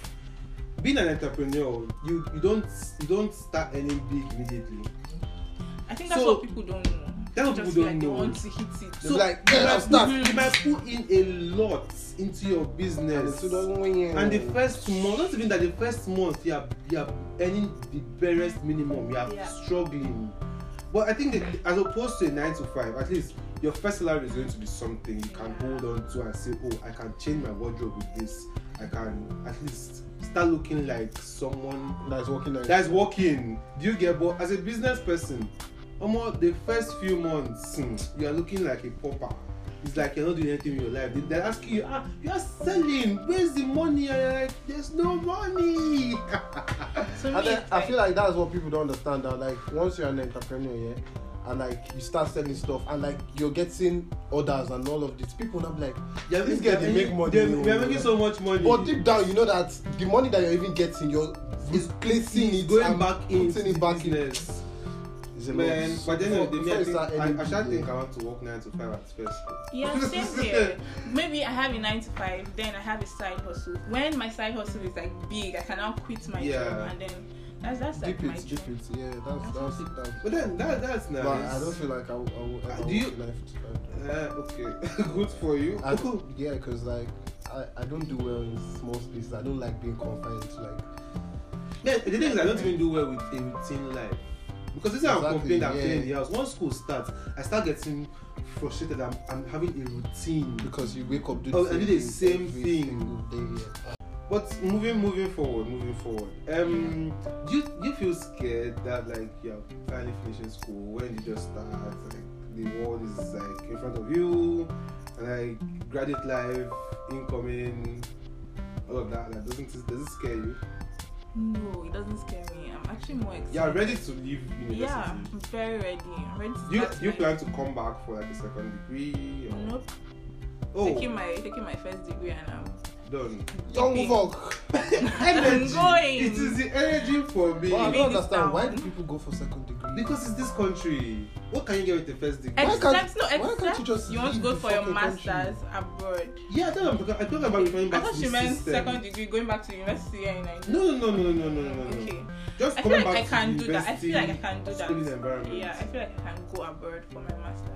[SPEAKER 3] being an entrepreneur, you, you don't you don't start earning big immediately.
[SPEAKER 4] I think that's
[SPEAKER 3] So-
[SPEAKER 4] what people don't know.
[SPEAKER 3] That's what
[SPEAKER 4] Just
[SPEAKER 3] people don't
[SPEAKER 4] like they
[SPEAKER 3] know.
[SPEAKER 4] want to hit it.
[SPEAKER 2] They'll be like, yeah,
[SPEAKER 3] you
[SPEAKER 2] I'll
[SPEAKER 3] might
[SPEAKER 2] start.
[SPEAKER 3] put- you might put in a lot into your
[SPEAKER 2] And
[SPEAKER 3] business.
[SPEAKER 2] it's not winning.
[SPEAKER 3] And the first month, not even that the first month you are you are earning the barest minimum, you are
[SPEAKER 4] Yeah.
[SPEAKER 3] struggling. But I think that as opposed to a nine to five, at least your first salary is going to be something you can
[SPEAKER 4] Yeah.
[SPEAKER 3] hold on to and say, Oh, I can change my wardrobe with this. I can at least start looking like someone
[SPEAKER 2] that's working like
[SPEAKER 3] that's working. Do you get but as a business person, almost the first few months hmm, you are looking like a pauper. it's like you're not doing anything with your life. They, they're asking you, ah, you're selling, where's the money? And you're like, there's no money.
[SPEAKER 4] So
[SPEAKER 2] And
[SPEAKER 4] me,
[SPEAKER 2] then,
[SPEAKER 4] it's
[SPEAKER 2] I
[SPEAKER 4] like-
[SPEAKER 2] feel like that's what people don't understand. That like once you're an entrepreneur, yeah, and like you start selling stuff, and like you're getting orders and all of this, people now be like,
[SPEAKER 3] yeah,
[SPEAKER 2] this guy they make money.
[SPEAKER 3] They're,
[SPEAKER 2] oh.
[SPEAKER 3] they're making so much money.
[SPEAKER 2] But deep down, you know that the money that you're even getting, you're replacing
[SPEAKER 3] It's
[SPEAKER 2] it,
[SPEAKER 3] going
[SPEAKER 2] and
[SPEAKER 3] back in,
[SPEAKER 2] putting it back in.
[SPEAKER 3] business.
[SPEAKER 2] It's a lot.
[SPEAKER 3] Man, but then
[SPEAKER 2] Before-
[SPEAKER 3] of the
[SPEAKER 2] before
[SPEAKER 3] day, I,
[SPEAKER 2] you
[SPEAKER 3] think,
[SPEAKER 2] start
[SPEAKER 3] I,
[SPEAKER 2] earning
[SPEAKER 3] I shall
[SPEAKER 2] big,
[SPEAKER 3] think
[SPEAKER 2] yeah.
[SPEAKER 3] I want to work 9 to 5 at first.
[SPEAKER 4] Yeah, same here. Maybe I have a nine to five, then I have a side hustle. When my side hustle is like big, I can now quit my
[SPEAKER 3] Yeah.
[SPEAKER 4] job and then that's that's like
[SPEAKER 2] Deep
[SPEAKER 4] my
[SPEAKER 2] it, deep
[SPEAKER 4] dream.
[SPEAKER 2] it. Yeah, that's that's that's.
[SPEAKER 3] But then that, that's nice.
[SPEAKER 2] But I don't feel like I will. I will, I
[SPEAKER 3] Uh,
[SPEAKER 2] will
[SPEAKER 3] do you-
[SPEAKER 2] life to
[SPEAKER 3] uh, okay, good for you.
[SPEAKER 2] I, yeah, because like I, I don't do well in small spaces. I don't like being confined. Like
[SPEAKER 3] Yeah, the thing is, I don't even do well with a routine life. Because this is how I'm
[SPEAKER 2] Exactly,
[SPEAKER 3] complaining I'm
[SPEAKER 2] yeah.
[SPEAKER 3] staying in the house. Once school starts, I start getting frustrated. I'm, I'm having a routine.
[SPEAKER 2] because you wake up do the
[SPEAKER 3] Oh, I
[SPEAKER 2] same
[SPEAKER 3] do the
[SPEAKER 2] thing
[SPEAKER 3] same
[SPEAKER 2] every
[SPEAKER 3] thing.
[SPEAKER 2] single day. Yeah.
[SPEAKER 3] But moving, moving forward, moving forward. Um, do you, do you feel scared that like you're finally finishing school when you just start, like the world is like in front of you, and like graduate life, incoming, all of that. Like, doesn't it, does it scare you?
[SPEAKER 4] No, it doesn't scare me. I'm actually more excited.
[SPEAKER 3] You're ready to leave university.
[SPEAKER 4] Yeah, I'm very ready. I'm ready to
[SPEAKER 3] Do you
[SPEAKER 4] start
[SPEAKER 3] do you
[SPEAKER 4] my-
[SPEAKER 3] plan to come back for like a second degree? Or...
[SPEAKER 4] Nope. Taking
[SPEAKER 3] Oh,
[SPEAKER 4] my taking my first degree and I'm
[SPEAKER 3] done.
[SPEAKER 2] Young
[SPEAKER 4] Big.
[SPEAKER 2] fuck.
[SPEAKER 3] Energy.
[SPEAKER 4] going.
[SPEAKER 3] It is the energy for me.
[SPEAKER 2] But I don't
[SPEAKER 4] Big is
[SPEAKER 2] understand why
[SPEAKER 4] down.
[SPEAKER 2] do people go for second degree?
[SPEAKER 3] Because it's this country. What can you get with the first degree?
[SPEAKER 2] Why
[SPEAKER 4] except
[SPEAKER 2] can't-
[SPEAKER 4] no
[SPEAKER 2] why can't
[SPEAKER 4] except
[SPEAKER 2] you just
[SPEAKER 4] want to
[SPEAKER 2] leave
[SPEAKER 4] go
[SPEAKER 2] the
[SPEAKER 4] for your
[SPEAKER 2] fucking country?
[SPEAKER 4] masters abroad.
[SPEAKER 3] Yeah, I thought I'm talking, I thought about referring
[SPEAKER 4] I
[SPEAKER 3] back
[SPEAKER 4] thought
[SPEAKER 3] to
[SPEAKER 4] she
[SPEAKER 3] the
[SPEAKER 4] meant
[SPEAKER 3] system.
[SPEAKER 4] second degree going back to university here in Nigeria.
[SPEAKER 3] No, no, no, no, no, no, no, no.
[SPEAKER 4] Okay.
[SPEAKER 3] Just
[SPEAKER 4] I feel
[SPEAKER 3] coming
[SPEAKER 4] like I
[SPEAKER 3] back
[SPEAKER 4] can
[SPEAKER 3] to
[SPEAKER 4] do that. I feel like I
[SPEAKER 3] university,
[SPEAKER 4] can do that.
[SPEAKER 3] schooling environment.
[SPEAKER 4] Yeah, I feel like I can go abroad for my masters.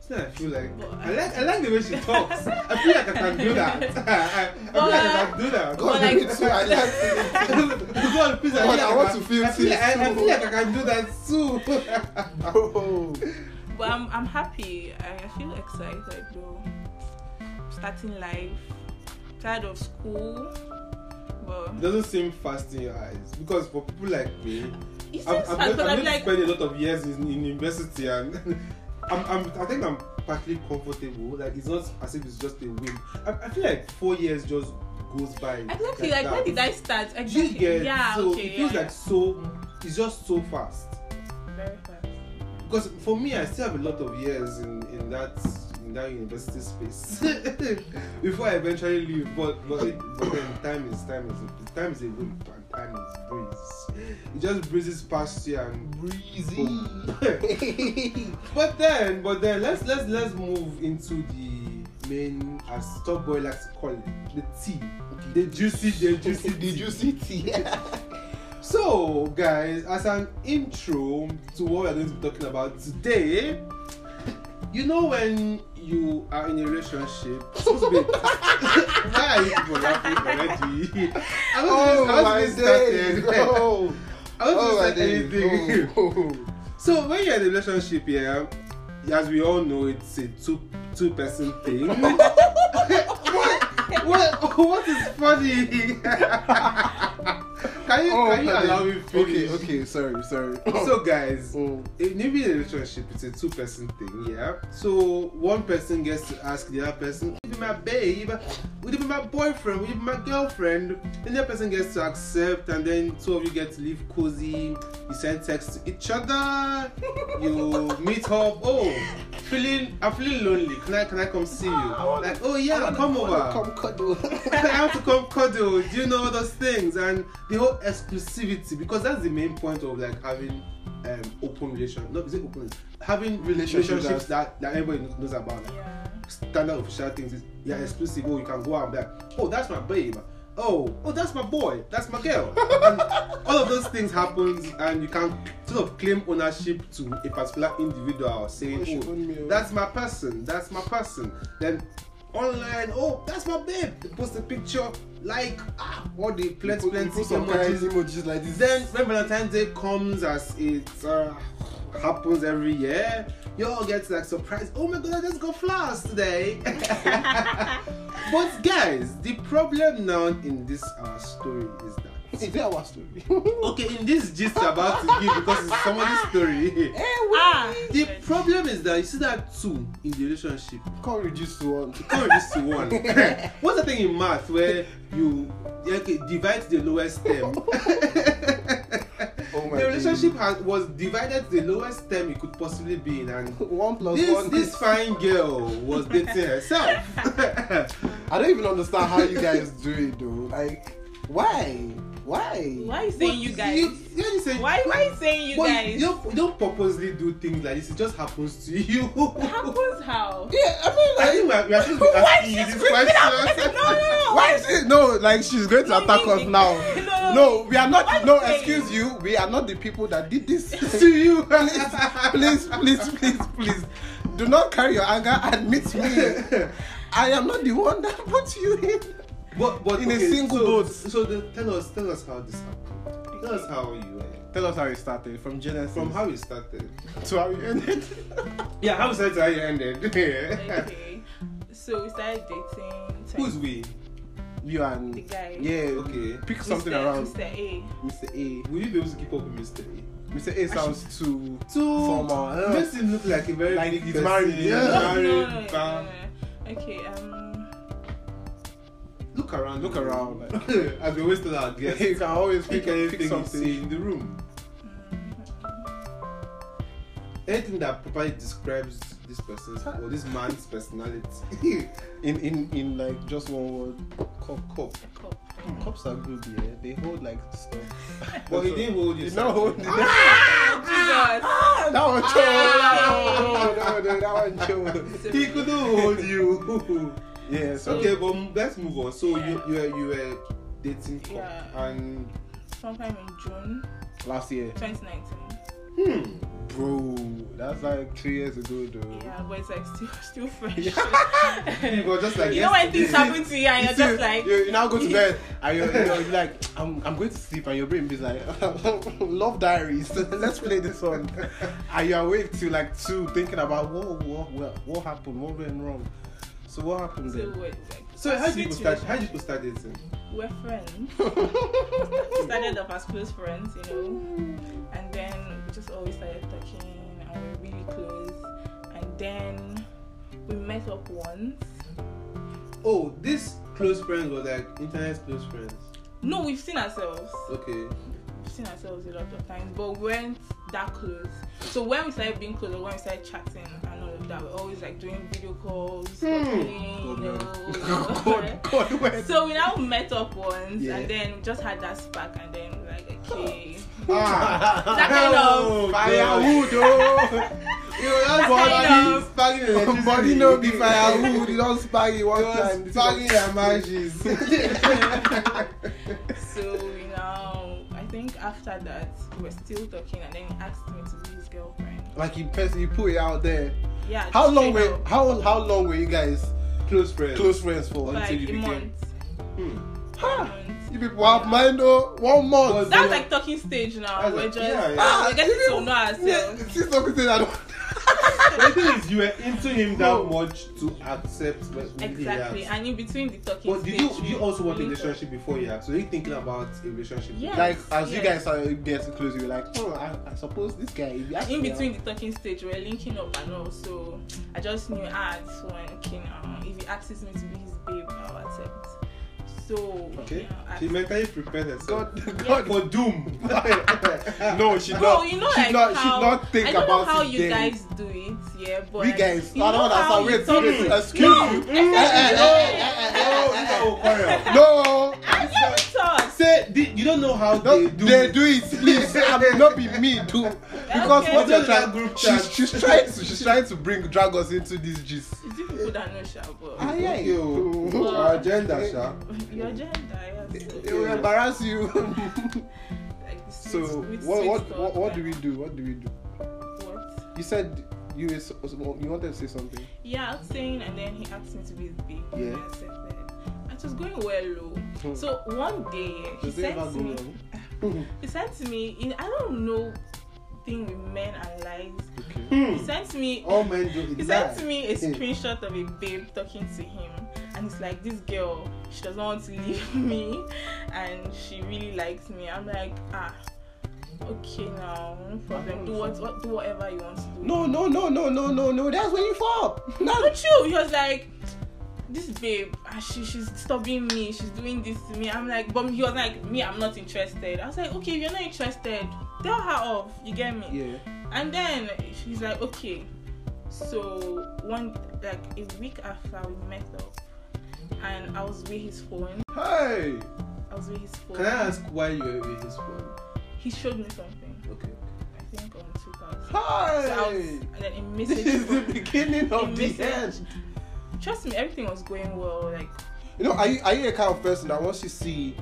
[SPEAKER 3] So I feel like
[SPEAKER 4] But
[SPEAKER 3] I like I like the way she talks. I feel like I can do that. I, I feel like I can do that.
[SPEAKER 2] God,
[SPEAKER 4] But
[SPEAKER 2] me
[SPEAKER 4] like-
[SPEAKER 2] too. I like
[SPEAKER 3] God, please,
[SPEAKER 2] God,
[SPEAKER 3] I, feel
[SPEAKER 2] I
[SPEAKER 3] like
[SPEAKER 2] want
[SPEAKER 3] can-
[SPEAKER 2] to feel
[SPEAKER 3] I feel, like,
[SPEAKER 2] things
[SPEAKER 3] I, I
[SPEAKER 2] too.
[SPEAKER 3] feel like I can do that too. Oh.
[SPEAKER 2] bro.
[SPEAKER 4] But I'm I'm happy. I, I feel excited though. Starting life, tired of school.
[SPEAKER 3] It
[SPEAKER 4] But
[SPEAKER 3] doesn't seem fast in your eyes because for people like me,
[SPEAKER 4] it seems
[SPEAKER 3] I'm, I'm,
[SPEAKER 4] fun
[SPEAKER 3] going, I'm
[SPEAKER 4] because
[SPEAKER 3] going
[SPEAKER 4] I'm
[SPEAKER 3] to
[SPEAKER 4] like
[SPEAKER 3] spend a lot of years in, in university, and I'm, I'm, I think I'm partly comfortable. Like it's not as if it's just a whim. I, I feel like four years just goes by.
[SPEAKER 4] exactly like
[SPEAKER 3] that.
[SPEAKER 4] where did I start?
[SPEAKER 3] Do you
[SPEAKER 4] Exactly.
[SPEAKER 3] get?
[SPEAKER 4] yeah.
[SPEAKER 3] so
[SPEAKER 4] okay.
[SPEAKER 3] it feels
[SPEAKER 4] yeah,
[SPEAKER 3] like so. It's just so fast
[SPEAKER 4] yeah. very fast.
[SPEAKER 3] because for me, I still have a lot of years in, in that in that university space before I eventually leave. But but, it, but then time is time is time is a whim and time is breeze. It just breezes past you and
[SPEAKER 2] Breezy.
[SPEAKER 3] But then, but then, let's let's let's move into the main, as Top Boy likes to call it, the tea, the juicy, the juicy,
[SPEAKER 2] Did you see tea?
[SPEAKER 3] So, guys, as an intro to what we're going to be talking about today, you know when you are in a relationship, it's supposed to be. Why are you people laughing already? I'm not supposed to be started.
[SPEAKER 2] Oh,
[SPEAKER 3] I'm not
[SPEAKER 2] my
[SPEAKER 3] supposed to
[SPEAKER 2] days.
[SPEAKER 3] say anything.
[SPEAKER 2] Oh.
[SPEAKER 3] So when you're in a relationship, yeah, as we all know, it's a two two person thing. what, what what is funny? can you
[SPEAKER 2] Oh,
[SPEAKER 3] can you
[SPEAKER 2] my
[SPEAKER 3] allow
[SPEAKER 2] days.
[SPEAKER 3] me finish?
[SPEAKER 2] Okay, okay, sorry, sorry.
[SPEAKER 3] So guys,
[SPEAKER 2] Oh.
[SPEAKER 3] in maybe in a relationship it's a two person thing, yeah. So one person gets to ask the other person, Will you be my babe? Will you be my boyfriend? Will you be my girlfriend? Then the other person gets to accept and then two of you get to live cozy, you send texts to each other, you meet up, oh feeling I'm feeling lonely. Can I can I come see you? like, oh yeah, come over.
[SPEAKER 2] Come cuddle.
[SPEAKER 3] I have to come cuddle, do you know all those things and the whole exclusivity because that's the main point of like having um open relation no is it open having
[SPEAKER 2] Relationships
[SPEAKER 3] relationships, that, that everybody knows- knows about like
[SPEAKER 4] Yeah.
[SPEAKER 3] standard official things is yeah
[SPEAKER 2] Mm.
[SPEAKER 3] exclusive oh you can go out there oh that's my babe oh oh that's my boy that's my girl and all of those things happens and you can sort of claim ownership to a particular individual saying
[SPEAKER 2] Oh, she
[SPEAKER 3] oh,
[SPEAKER 2] owned me, oh."
[SPEAKER 3] that's my person that's my person then online oh that's my babe they post a picture like ah all the
[SPEAKER 2] Let's
[SPEAKER 3] plenty
[SPEAKER 2] plenty
[SPEAKER 3] plenty
[SPEAKER 2] some kind
[SPEAKER 3] emojis
[SPEAKER 2] emojis like this.
[SPEAKER 3] then when Valentine's Day comes, as it uh, happens every year, you all get like surprised. Oh my god, I just got flowers today. but guys, the problem now in this uh, story is that Is that our story? okay, in this gist you're about to give because it's somebody's story.
[SPEAKER 4] Ah,
[SPEAKER 3] the problem is that you see that two in the relationship
[SPEAKER 2] Can't reduce to one.
[SPEAKER 3] can't reduce to one. What's the thing in math where you like, divide the lowest term?
[SPEAKER 2] Oh my
[SPEAKER 3] the relationship has, was divided to the lowest term it could possibly be in, and
[SPEAKER 2] days. One plus
[SPEAKER 3] this
[SPEAKER 2] one.
[SPEAKER 3] this fine girl was dating herself.
[SPEAKER 2] I don't even understand how you guys do it, though. Like, why? Why?
[SPEAKER 4] why are you saying you guys?
[SPEAKER 3] You, you know, you say,
[SPEAKER 4] why why are you saying you
[SPEAKER 3] but
[SPEAKER 4] guys?
[SPEAKER 3] You don't, you don't purposely do things like this. It just happens to you.
[SPEAKER 4] Happens how?
[SPEAKER 2] Yeah, I mean,
[SPEAKER 3] I
[SPEAKER 2] like,
[SPEAKER 3] think we are, we are supposed to be
[SPEAKER 4] Why
[SPEAKER 3] asking you
[SPEAKER 4] is she
[SPEAKER 3] these
[SPEAKER 4] screaming
[SPEAKER 3] questions.
[SPEAKER 4] out? No, no, no.
[SPEAKER 2] Why is it no? Like she's going to attack us now.
[SPEAKER 4] No.
[SPEAKER 2] No, we are
[SPEAKER 4] What
[SPEAKER 2] not.
[SPEAKER 4] you
[SPEAKER 2] No,
[SPEAKER 4] saying?
[SPEAKER 2] excuse you. We are not the people that did this to you. Please, please, please, please, please. Do not carry your anger. Admit me. I am not the one that put you in.
[SPEAKER 3] But, but
[SPEAKER 2] In a
[SPEAKER 3] okay,
[SPEAKER 2] single
[SPEAKER 3] so,
[SPEAKER 2] boat.
[SPEAKER 3] So the, tell us, tell us how this happened. Tell us how you uh,
[SPEAKER 2] Tell us how it started from Genesis
[SPEAKER 3] from how it started.
[SPEAKER 2] to how it ended.
[SPEAKER 3] Yeah, how it started, to how you ended.
[SPEAKER 4] Okay. So we started dating.
[SPEAKER 3] Who's we?
[SPEAKER 2] You and
[SPEAKER 4] The guy.
[SPEAKER 2] Yeah.
[SPEAKER 3] Okay.
[SPEAKER 2] Pick something
[SPEAKER 4] Mr.
[SPEAKER 2] around.
[SPEAKER 4] Mr. A.
[SPEAKER 2] Mr. A.
[SPEAKER 3] Will you be able to keep up with Mr. A?
[SPEAKER 2] Mr. A sounds too
[SPEAKER 3] So
[SPEAKER 2] formal. Ugh.
[SPEAKER 3] makes him look like a very
[SPEAKER 2] Like
[SPEAKER 3] big
[SPEAKER 2] he's
[SPEAKER 3] person.
[SPEAKER 2] married, yeah.
[SPEAKER 3] He's
[SPEAKER 4] No, no,
[SPEAKER 3] married,
[SPEAKER 4] no,
[SPEAKER 3] bam.
[SPEAKER 4] no, no. Okay. Um.
[SPEAKER 3] Look around.
[SPEAKER 2] Look around, like-
[SPEAKER 3] As we wasted our guests.
[SPEAKER 2] you can always
[SPEAKER 3] Pick
[SPEAKER 2] pick,
[SPEAKER 3] anything
[SPEAKER 2] pick
[SPEAKER 3] you
[SPEAKER 2] something.
[SPEAKER 3] see in the room.
[SPEAKER 4] mm,
[SPEAKER 3] Anything that properly describes this person's or this man's personality.
[SPEAKER 2] In in in like just one word. Cop cop.
[SPEAKER 4] a cup.
[SPEAKER 2] Cops are good, yeah. They hold like stuff.
[SPEAKER 3] but he didn't hold Ah! you.
[SPEAKER 2] Did not hold.
[SPEAKER 4] Jesus.
[SPEAKER 2] that one
[SPEAKER 3] Ah!
[SPEAKER 2] chill. That one- that one- that one chill.
[SPEAKER 3] He couldn't hold you.
[SPEAKER 2] Yeah. So
[SPEAKER 3] okay, but m- let's move on. So you you were, you were dating Cop
[SPEAKER 4] Yeah.
[SPEAKER 3] and
[SPEAKER 4] Sometime in June
[SPEAKER 2] last year,
[SPEAKER 4] 2019.
[SPEAKER 3] hmm.
[SPEAKER 2] bro, that's like three years ago, though.
[SPEAKER 4] Yeah, but it's like still still fresh.
[SPEAKER 3] It was just like
[SPEAKER 4] you know when
[SPEAKER 3] yesterday.
[SPEAKER 4] things happen to you and you're
[SPEAKER 2] still-
[SPEAKER 4] just like,
[SPEAKER 2] you, you now go to bed and you're, you're, you're like, I'm, I'm going to sleep, and your brain be like, Love Diaries, let's play this one. And you're awake till like two, thinking about what what what, what happened, what went wrong. So what happened
[SPEAKER 4] so
[SPEAKER 2] then?
[SPEAKER 4] what?
[SPEAKER 3] So how did you start? How
[SPEAKER 4] How
[SPEAKER 3] did you start dating?
[SPEAKER 4] We're friends.
[SPEAKER 3] Mm.
[SPEAKER 4] started off as close friends, you know, and then we just always started talking, and we were really close. And then we met up once.
[SPEAKER 3] Oh, this close friends were like internet close friends.
[SPEAKER 4] No, we've seen ourselves.
[SPEAKER 3] Okay.
[SPEAKER 4] We've seen ourselves a lot of times, but we weren't that close. So when we started being close, or when we started chatting and all of that, we're always like doing video calls, talking, you know.
[SPEAKER 2] God, God, where?
[SPEAKER 4] So we now met up once
[SPEAKER 2] Yeah.
[SPEAKER 4] and then we just had that spark and then we're like okay
[SPEAKER 3] Ah,
[SPEAKER 4] that kind of
[SPEAKER 3] Oh,
[SPEAKER 2] Firewood, oh.
[SPEAKER 3] you were not
[SPEAKER 4] That kind of-
[SPEAKER 3] sparking electricity.
[SPEAKER 2] Somebody know be firewood. You don't spag it one
[SPEAKER 3] You were
[SPEAKER 2] time.
[SPEAKER 3] sparking their marriages.
[SPEAKER 4] so we now I think after that we were still talking and then he asked me to be his girlfriend
[SPEAKER 2] Like you, pers- you put it out there.
[SPEAKER 4] yeah
[SPEAKER 2] How
[SPEAKER 4] just
[SPEAKER 2] long
[SPEAKER 4] straight
[SPEAKER 2] were
[SPEAKER 4] up.
[SPEAKER 2] how how long were you guys
[SPEAKER 3] close friends.
[SPEAKER 2] close friends for?
[SPEAKER 4] like
[SPEAKER 3] until you
[SPEAKER 4] a
[SPEAKER 3] became-
[SPEAKER 4] month
[SPEAKER 3] Hmm.
[SPEAKER 4] a
[SPEAKER 2] Ha!
[SPEAKER 4] month.
[SPEAKER 2] You people have mind though. One month.
[SPEAKER 3] Was
[SPEAKER 4] that's like talking stage now
[SPEAKER 3] That's
[SPEAKER 4] we're
[SPEAKER 3] like-
[SPEAKER 4] just
[SPEAKER 3] yeah, yeah.
[SPEAKER 4] ah, we're
[SPEAKER 2] you
[SPEAKER 4] getting
[SPEAKER 2] people-
[SPEAKER 4] to know ourselves
[SPEAKER 2] Yeah, see something that
[SPEAKER 3] the thing is, you were into him
[SPEAKER 2] No.
[SPEAKER 3] that much to accept what he
[SPEAKER 4] exactly
[SPEAKER 3] asked.
[SPEAKER 4] and in between the talking
[SPEAKER 3] But did
[SPEAKER 4] stage
[SPEAKER 3] you did you also want a
[SPEAKER 4] we-
[SPEAKER 3] relationship before you asked? So you thinking about a relationship?
[SPEAKER 4] Yeah.
[SPEAKER 2] like as you
[SPEAKER 4] Yes.
[SPEAKER 2] guys are getting close, you're like, oh, I, I suppose this guy. Is
[SPEAKER 4] in between the talking stage we we're linking up and all so i just knew ah this one okay now um, if he asks me to be his babe i'll accept so
[SPEAKER 3] Okay.
[SPEAKER 4] you know, I-
[SPEAKER 3] She mentally prepared herself
[SPEAKER 2] God,
[SPEAKER 4] Yeah.
[SPEAKER 2] God.
[SPEAKER 3] for doom.
[SPEAKER 2] no, she
[SPEAKER 4] Bro,
[SPEAKER 2] not.
[SPEAKER 4] you know
[SPEAKER 2] she
[SPEAKER 4] like
[SPEAKER 2] not.
[SPEAKER 4] how,
[SPEAKER 2] she not think
[SPEAKER 4] I don't
[SPEAKER 2] about
[SPEAKER 4] know how
[SPEAKER 2] it
[SPEAKER 4] you
[SPEAKER 2] then.
[SPEAKER 4] guys do it, yeah, but
[SPEAKER 2] we guys,
[SPEAKER 4] you
[SPEAKER 2] I
[SPEAKER 4] know
[SPEAKER 2] don't
[SPEAKER 4] how
[SPEAKER 2] understand.
[SPEAKER 4] you
[SPEAKER 2] Wait,
[SPEAKER 4] talk-
[SPEAKER 2] wait, excuse Eh,
[SPEAKER 4] No,
[SPEAKER 2] you.
[SPEAKER 4] exactly.
[SPEAKER 3] Eh,
[SPEAKER 2] eh,
[SPEAKER 3] Oh, you know, Okorio.
[SPEAKER 2] No,
[SPEAKER 4] I'm here to talk.
[SPEAKER 3] Say, the, you don't know how
[SPEAKER 2] no,
[SPEAKER 3] they do.
[SPEAKER 2] they
[SPEAKER 3] it.
[SPEAKER 2] do it. Please, I'm not be me too. Because
[SPEAKER 4] Okay.
[SPEAKER 2] what you're
[SPEAKER 3] Don't do that
[SPEAKER 2] trying,
[SPEAKER 3] group
[SPEAKER 2] she's,
[SPEAKER 3] chat.
[SPEAKER 2] she's trying to, she's trying to bring drag us into this gist. oh.
[SPEAKER 4] It's you people that know Sha, but
[SPEAKER 2] Aye, aye.
[SPEAKER 3] You.
[SPEAKER 4] Wow.
[SPEAKER 3] Our agenda, Sha.
[SPEAKER 4] your gender, yeah,
[SPEAKER 2] It will
[SPEAKER 4] so,
[SPEAKER 2] embarrass you.
[SPEAKER 4] like, the sweet-
[SPEAKER 2] eh, so what,
[SPEAKER 4] with sweet
[SPEAKER 2] what what
[SPEAKER 4] talk,
[SPEAKER 2] what do we
[SPEAKER 4] like,
[SPEAKER 2] do? What do we do?
[SPEAKER 4] what?
[SPEAKER 2] You said you were s- was- you wanted to say something.
[SPEAKER 4] Yeah, I was saying, and then he asked me to be his babe.
[SPEAKER 2] Yeah. Hmm.
[SPEAKER 4] And I accepted. It was going well, though. So one day he
[SPEAKER 2] Does it
[SPEAKER 4] said
[SPEAKER 2] ever
[SPEAKER 4] to
[SPEAKER 2] go
[SPEAKER 4] me,
[SPEAKER 2] wrong?
[SPEAKER 4] he said to me, in, I don't know thing with men and lies.
[SPEAKER 2] Okay.
[SPEAKER 4] He sent me
[SPEAKER 3] Hmm.
[SPEAKER 2] Oh
[SPEAKER 3] All men do it.
[SPEAKER 4] He
[SPEAKER 3] Lie.
[SPEAKER 2] Hmm.
[SPEAKER 4] sent me a screenshot of a babe talking to him. and it's like this girl she doesn't want to leave me and she really likes me i'm like ah okay now no problem do what, what do whatever you want to do
[SPEAKER 2] No, no, no, no, no, no, no. That's when you fall. No.
[SPEAKER 4] don't you he was like this babe ah, she she's stopping me she's doing this to me i'm like but he was like me i'm not interested i was like okay if you're not interested tell her off you get me
[SPEAKER 2] Yeah.
[SPEAKER 4] and then she's like, okay. So one like a week after we met up, and I was with his phone.
[SPEAKER 2] Hey.
[SPEAKER 4] I was with his phone.
[SPEAKER 3] Can I ask why you were with his phone?
[SPEAKER 4] He showed me something.
[SPEAKER 3] Okay.
[SPEAKER 4] I think on Twitter. So I was,
[SPEAKER 2] Hey.
[SPEAKER 4] and then a
[SPEAKER 2] This is the
[SPEAKER 4] message.
[SPEAKER 2] beginning of the
[SPEAKER 4] Missed it.
[SPEAKER 2] end.
[SPEAKER 4] Trust me, everything was going well. Like
[SPEAKER 2] You know, are you, are you a kind of person that once you see,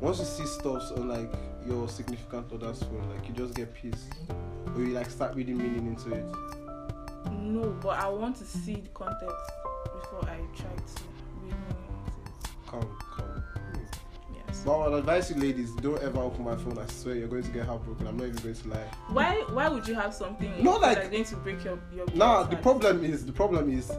[SPEAKER 2] once you see stuffs on like your significant other's phone, like you just get pissed, or you like start reading meaning into it?
[SPEAKER 4] no, but I want to see the context before I try to read more into
[SPEAKER 2] Come, come.
[SPEAKER 3] Hmm.
[SPEAKER 4] it. Yes.
[SPEAKER 2] But I would advise you, ladies, don't ever open my phone. I swear you're going to get heartbroken. I'm not even going to lie.
[SPEAKER 4] Why? Why would you have something in
[SPEAKER 2] No,
[SPEAKER 4] it
[SPEAKER 2] like-
[SPEAKER 4] that's going to break your your?
[SPEAKER 2] Nah,
[SPEAKER 4] girl's
[SPEAKER 2] the
[SPEAKER 4] heart?
[SPEAKER 2] problem is the problem is,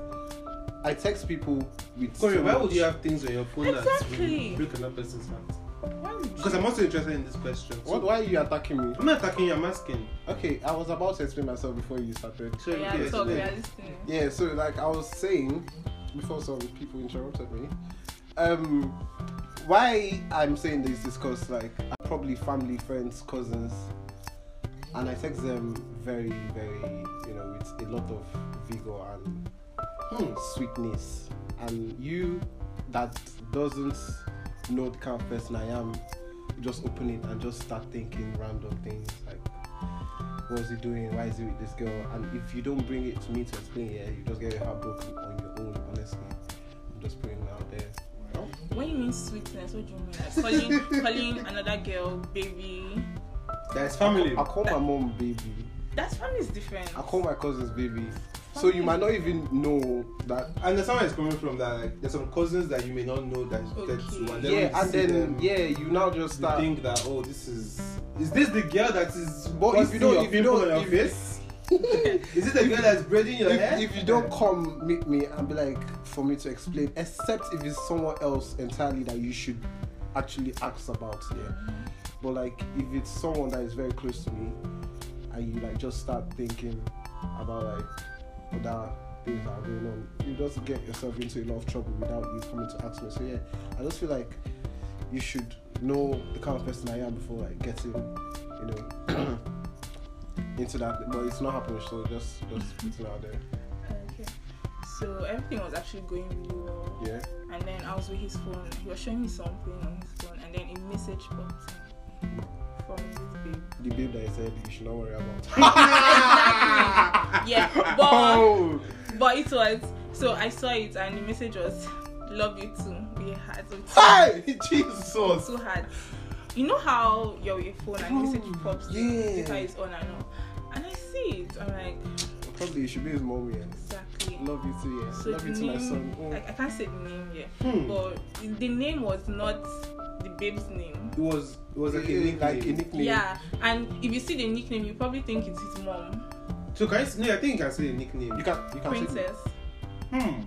[SPEAKER 2] I text people with.
[SPEAKER 3] Sorry,
[SPEAKER 2] so
[SPEAKER 3] why
[SPEAKER 2] much-
[SPEAKER 3] would you have things on your phone that
[SPEAKER 4] Exactly.
[SPEAKER 3] will break another person's heart?
[SPEAKER 4] Why would you?
[SPEAKER 3] Because I'm also interested in this question. So
[SPEAKER 2] What, why are you attacking me?
[SPEAKER 3] I'm not attacking you, I'm asking.
[SPEAKER 2] Okay, I was about to explain myself before you started.
[SPEAKER 3] So
[SPEAKER 4] yeah,
[SPEAKER 3] yes,
[SPEAKER 4] talk, we
[SPEAKER 3] yes.
[SPEAKER 4] are listening.
[SPEAKER 2] Yeah, so like I was saying before some people interrupted me, um, why I'm saying this is because like I probably family, friends, cousins, and I text them very, very, you know, with a lot of vigor and
[SPEAKER 3] Hmm.
[SPEAKER 2] sweetness. And you that doesn't know the kind of person I am, you just open it and just start thinking random things like what is he doing? Why is he with this girl? And if you don't bring it to me to explain it, you just get your heart broken on your own, honestly. I'm just putting it out there.
[SPEAKER 4] When you mean sweetness, what do you mean? Like calling calling another girl baby.
[SPEAKER 3] That's family.
[SPEAKER 2] I call my mom baby.
[SPEAKER 4] That's family is different.
[SPEAKER 2] I call my cousins baby. So you might not even know that
[SPEAKER 3] I understand where it's coming from. That like, there's some cousins that you may not know that that
[SPEAKER 4] Okay.
[SPEAKER 3] you and then when
[SPEAKER 2] Yeah,
[SPEAKER 3] you
[SPEAKER 2] and
[SPEAKER 3] see
[SPEAKER 2] then
[SPEAKER 3] them,
[SPEAKER 2] yeah, you now just
[SPEAKER 3] you
[SPEAKER 2] start
[SPEAKER 3] think that oh, this is is this the girl that is
[SPEAKER 2] But if you
[SPEAKER 3] busting
[SPEAKER 2] don't-
[SPEAKER 3] your
[SPEAKER 2] if you
[SPEAKER 3] pimple
[SPEAKER 2] don't-
[SPEAKER 3] on your
[SPEAKER 2] if-
[SPEAKER 3] face? is it the girl that's braiding your hair?
[SPEAKER 2] if, if you don't come meet me and be like for me to explain, except if it's someone else entirely that you should actually ask about, yeah. But like if it's someone that is very close to me and you like just start thinking about like other things that are going on, you just get yourself into a lot of trouble without you coming to ask me. So yeah, I just feel like you should know the kind of person I am before like getting, you know, into that. But it's not happening, so just just putting it out there.
[SPEAKER 4] Okay. So everything was actually going really well.
[SPEAKER 2] Yeah.
[SPEAKER 4] And then I was with his phone. He was showing me something on his phone, and then a message popped in from this babe.
[SPEAKER 2] The babe that I said you should not worry about.
[SPEAKER 4] exactly. Yeah. But
[SPEAKER 2] Oh.
[SPEAKER 4] but it was so I saw it, and the message was love you too. We had to.
[SPEAKER 2] Hey, Jesus.
[SPEAKER 4] also had you know how your your phone and message
[SPEAKER 2] Oh,
[SPEAKER 4] pops
[SPEAKER 2] yeah.
[SPEAKER 4] data is on and off and i see it i'm like
[SPEAKER 2] Probably you should be his mommy. Yeah.
[SPEAKER 4] exactly
[SPEAKER 2] Love you too, yeah.
[SPEAKER 4] so
[SPEAKER 2] Love
[SPEAKER 4] the
[SPEAKER 2] you too, my son.
[SPEAKER 4] name
[SPEAKER 2] Mm.
[SPEAKER 4] like, i can't say the name yet
[SPEAKER 3] Hmm.
[SPEAKER 4] but the name was not the babe's name
[SPEAKER 3] It was it was like a
[SPEAKER 2] Yeah,
[SPEAKER 3] nickname.
[SPEAKER 2] like a nickname.
[SPEAKER 4] yeah and if you see the nickname you probably think it's his mom
[SPEAKER 3] So can you, s- no, I think you can say a nickname.
[SPEAKER 2] You can you can say
[SPEAKER 4] princess
[SPEAKER 3] Hmm.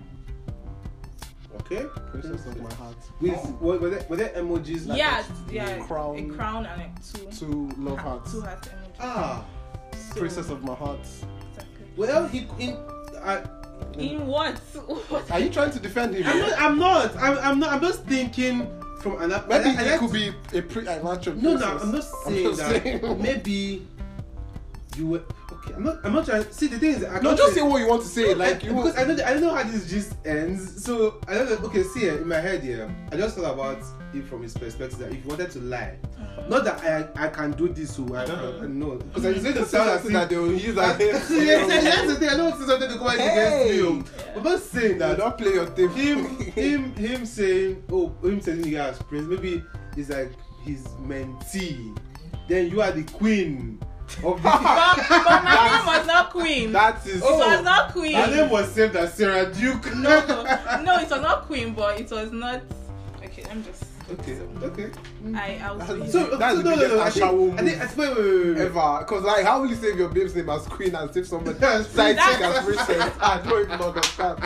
[SPEAKER 3] Okay.
[SPEAKER 2] princess of my heart.
[SPEAKER 3] With were, were, there, were there emojis? Like
[SPEAKER 4] yeah
[SPEAKER 3] that?
[SPEAKER 4] yeah
[SPEAKER 2] crown-
[SPEAKER 4] a crown and a two
[SPEAKER 2] Two love
[SPEAKER 4] ha-
[SPEAKER 2] hearts.
[SPEAKER 4] two hearts emoji.
[SPEAKER 3] Ah.
[SPEAKER 4] So-
[SPEAKER 2] Princess of my heart.
[SPEAKER 4] exactly.
[SPEAKER 3] Well, he in. I,
[SPEAKER 4] in what what
[SPEAKER 2] Are you trying to defend him?
[SPEAKER 3] I'm not. I'm not. I'm, I'm not. I'm just thinking from an.
[SPEAKER 2] Maybe
[SPEAKER 3] I- I
[SPEAKER 2] it
[SPEAKER 3] like
[SPEAKER 2] could
[SPEAKER 3] to-
[SPEAKER 2] be a pre a natural
[SPEAKER 3] No, no.
[SPEAKER 2] princess.
[SPEAKER 3] I'm not saying
[SPEAKER 2] not
[SPEAKER 3] that.
[SPEAKER 2] saying-
[SPEAKER 3] Maybe you were. Okay. I'm not. I'm not trying. See, the thing is, I
[SPEAKER 2] No,
[SPEAKER 3] can't
[SPEAKER 2] just say what you want to say. Like you
[SPEAKER 3] because I know. I don't know how this gist ends. So I don't. know- Okay. See, eh, in my head, yeah. I just thought about it from his perspective. That if you wanted to lie, not that I I can do this. So I can, no. Because I just need to
[SPEAKER 2] This is
[SPEAKER 3] sound as
[SPEAKER 2] something
[SPEAKER 3] if
[SPEAKER 2] that they will use
[SPEAKER 3] That's
[SPEAKER 2] as
[SPEAKER 3] that's the thing. I don't want to say something to go out
[SPEAKER 2] Hey!
[SPEAKER 3] against you. I'm not saying
[SPEAKER 2] Nah,
[SPEAKER 3] that.
[SPEAKER 2] don't play your thing.
[SPEAKER 3] Him, him, him saying, oh, him saying you guys prince. Maybe he's like his mentee. Then you are the queen of the.
[SPEAKER 4] but, but my name was not queen
[SPEAKER 2] That is
[SPEAKER 4] it
[SPEAKER 3] Oh.
[SPEAKER 4] was not queen
[SPEAKER 3] Her name was saved as Sarah Duke.
[SPEAKER 4] no, no, it was not Queen, but it was not. Okay, I'm just.
[SPEAKER 3] Okay. Okay.
[SPEAKER 4] I, I was.
[SPEAKER 2] That's-
[SPEAKER 4] so,
[SPEAKER 3] So,
[SPEAKER 2] That's the
[SPEAKER 3] so no, no,
[SPEAKER 2] biggest
[SPEAKER 3] no. I
[SPEAKER 2] Ashawo
[SPEAKER 3] think, I think, I think, wait, wait, wait, wait.
[SPEAKER 2] ever. Because like, how will you save your babe's name as queen and save somebody
[SPEAKER 3] Yes,
[SPEAKER 2] side chick
[SPEAKER 4] that's-
[SPEAKER 2] as princess? I don't even understand.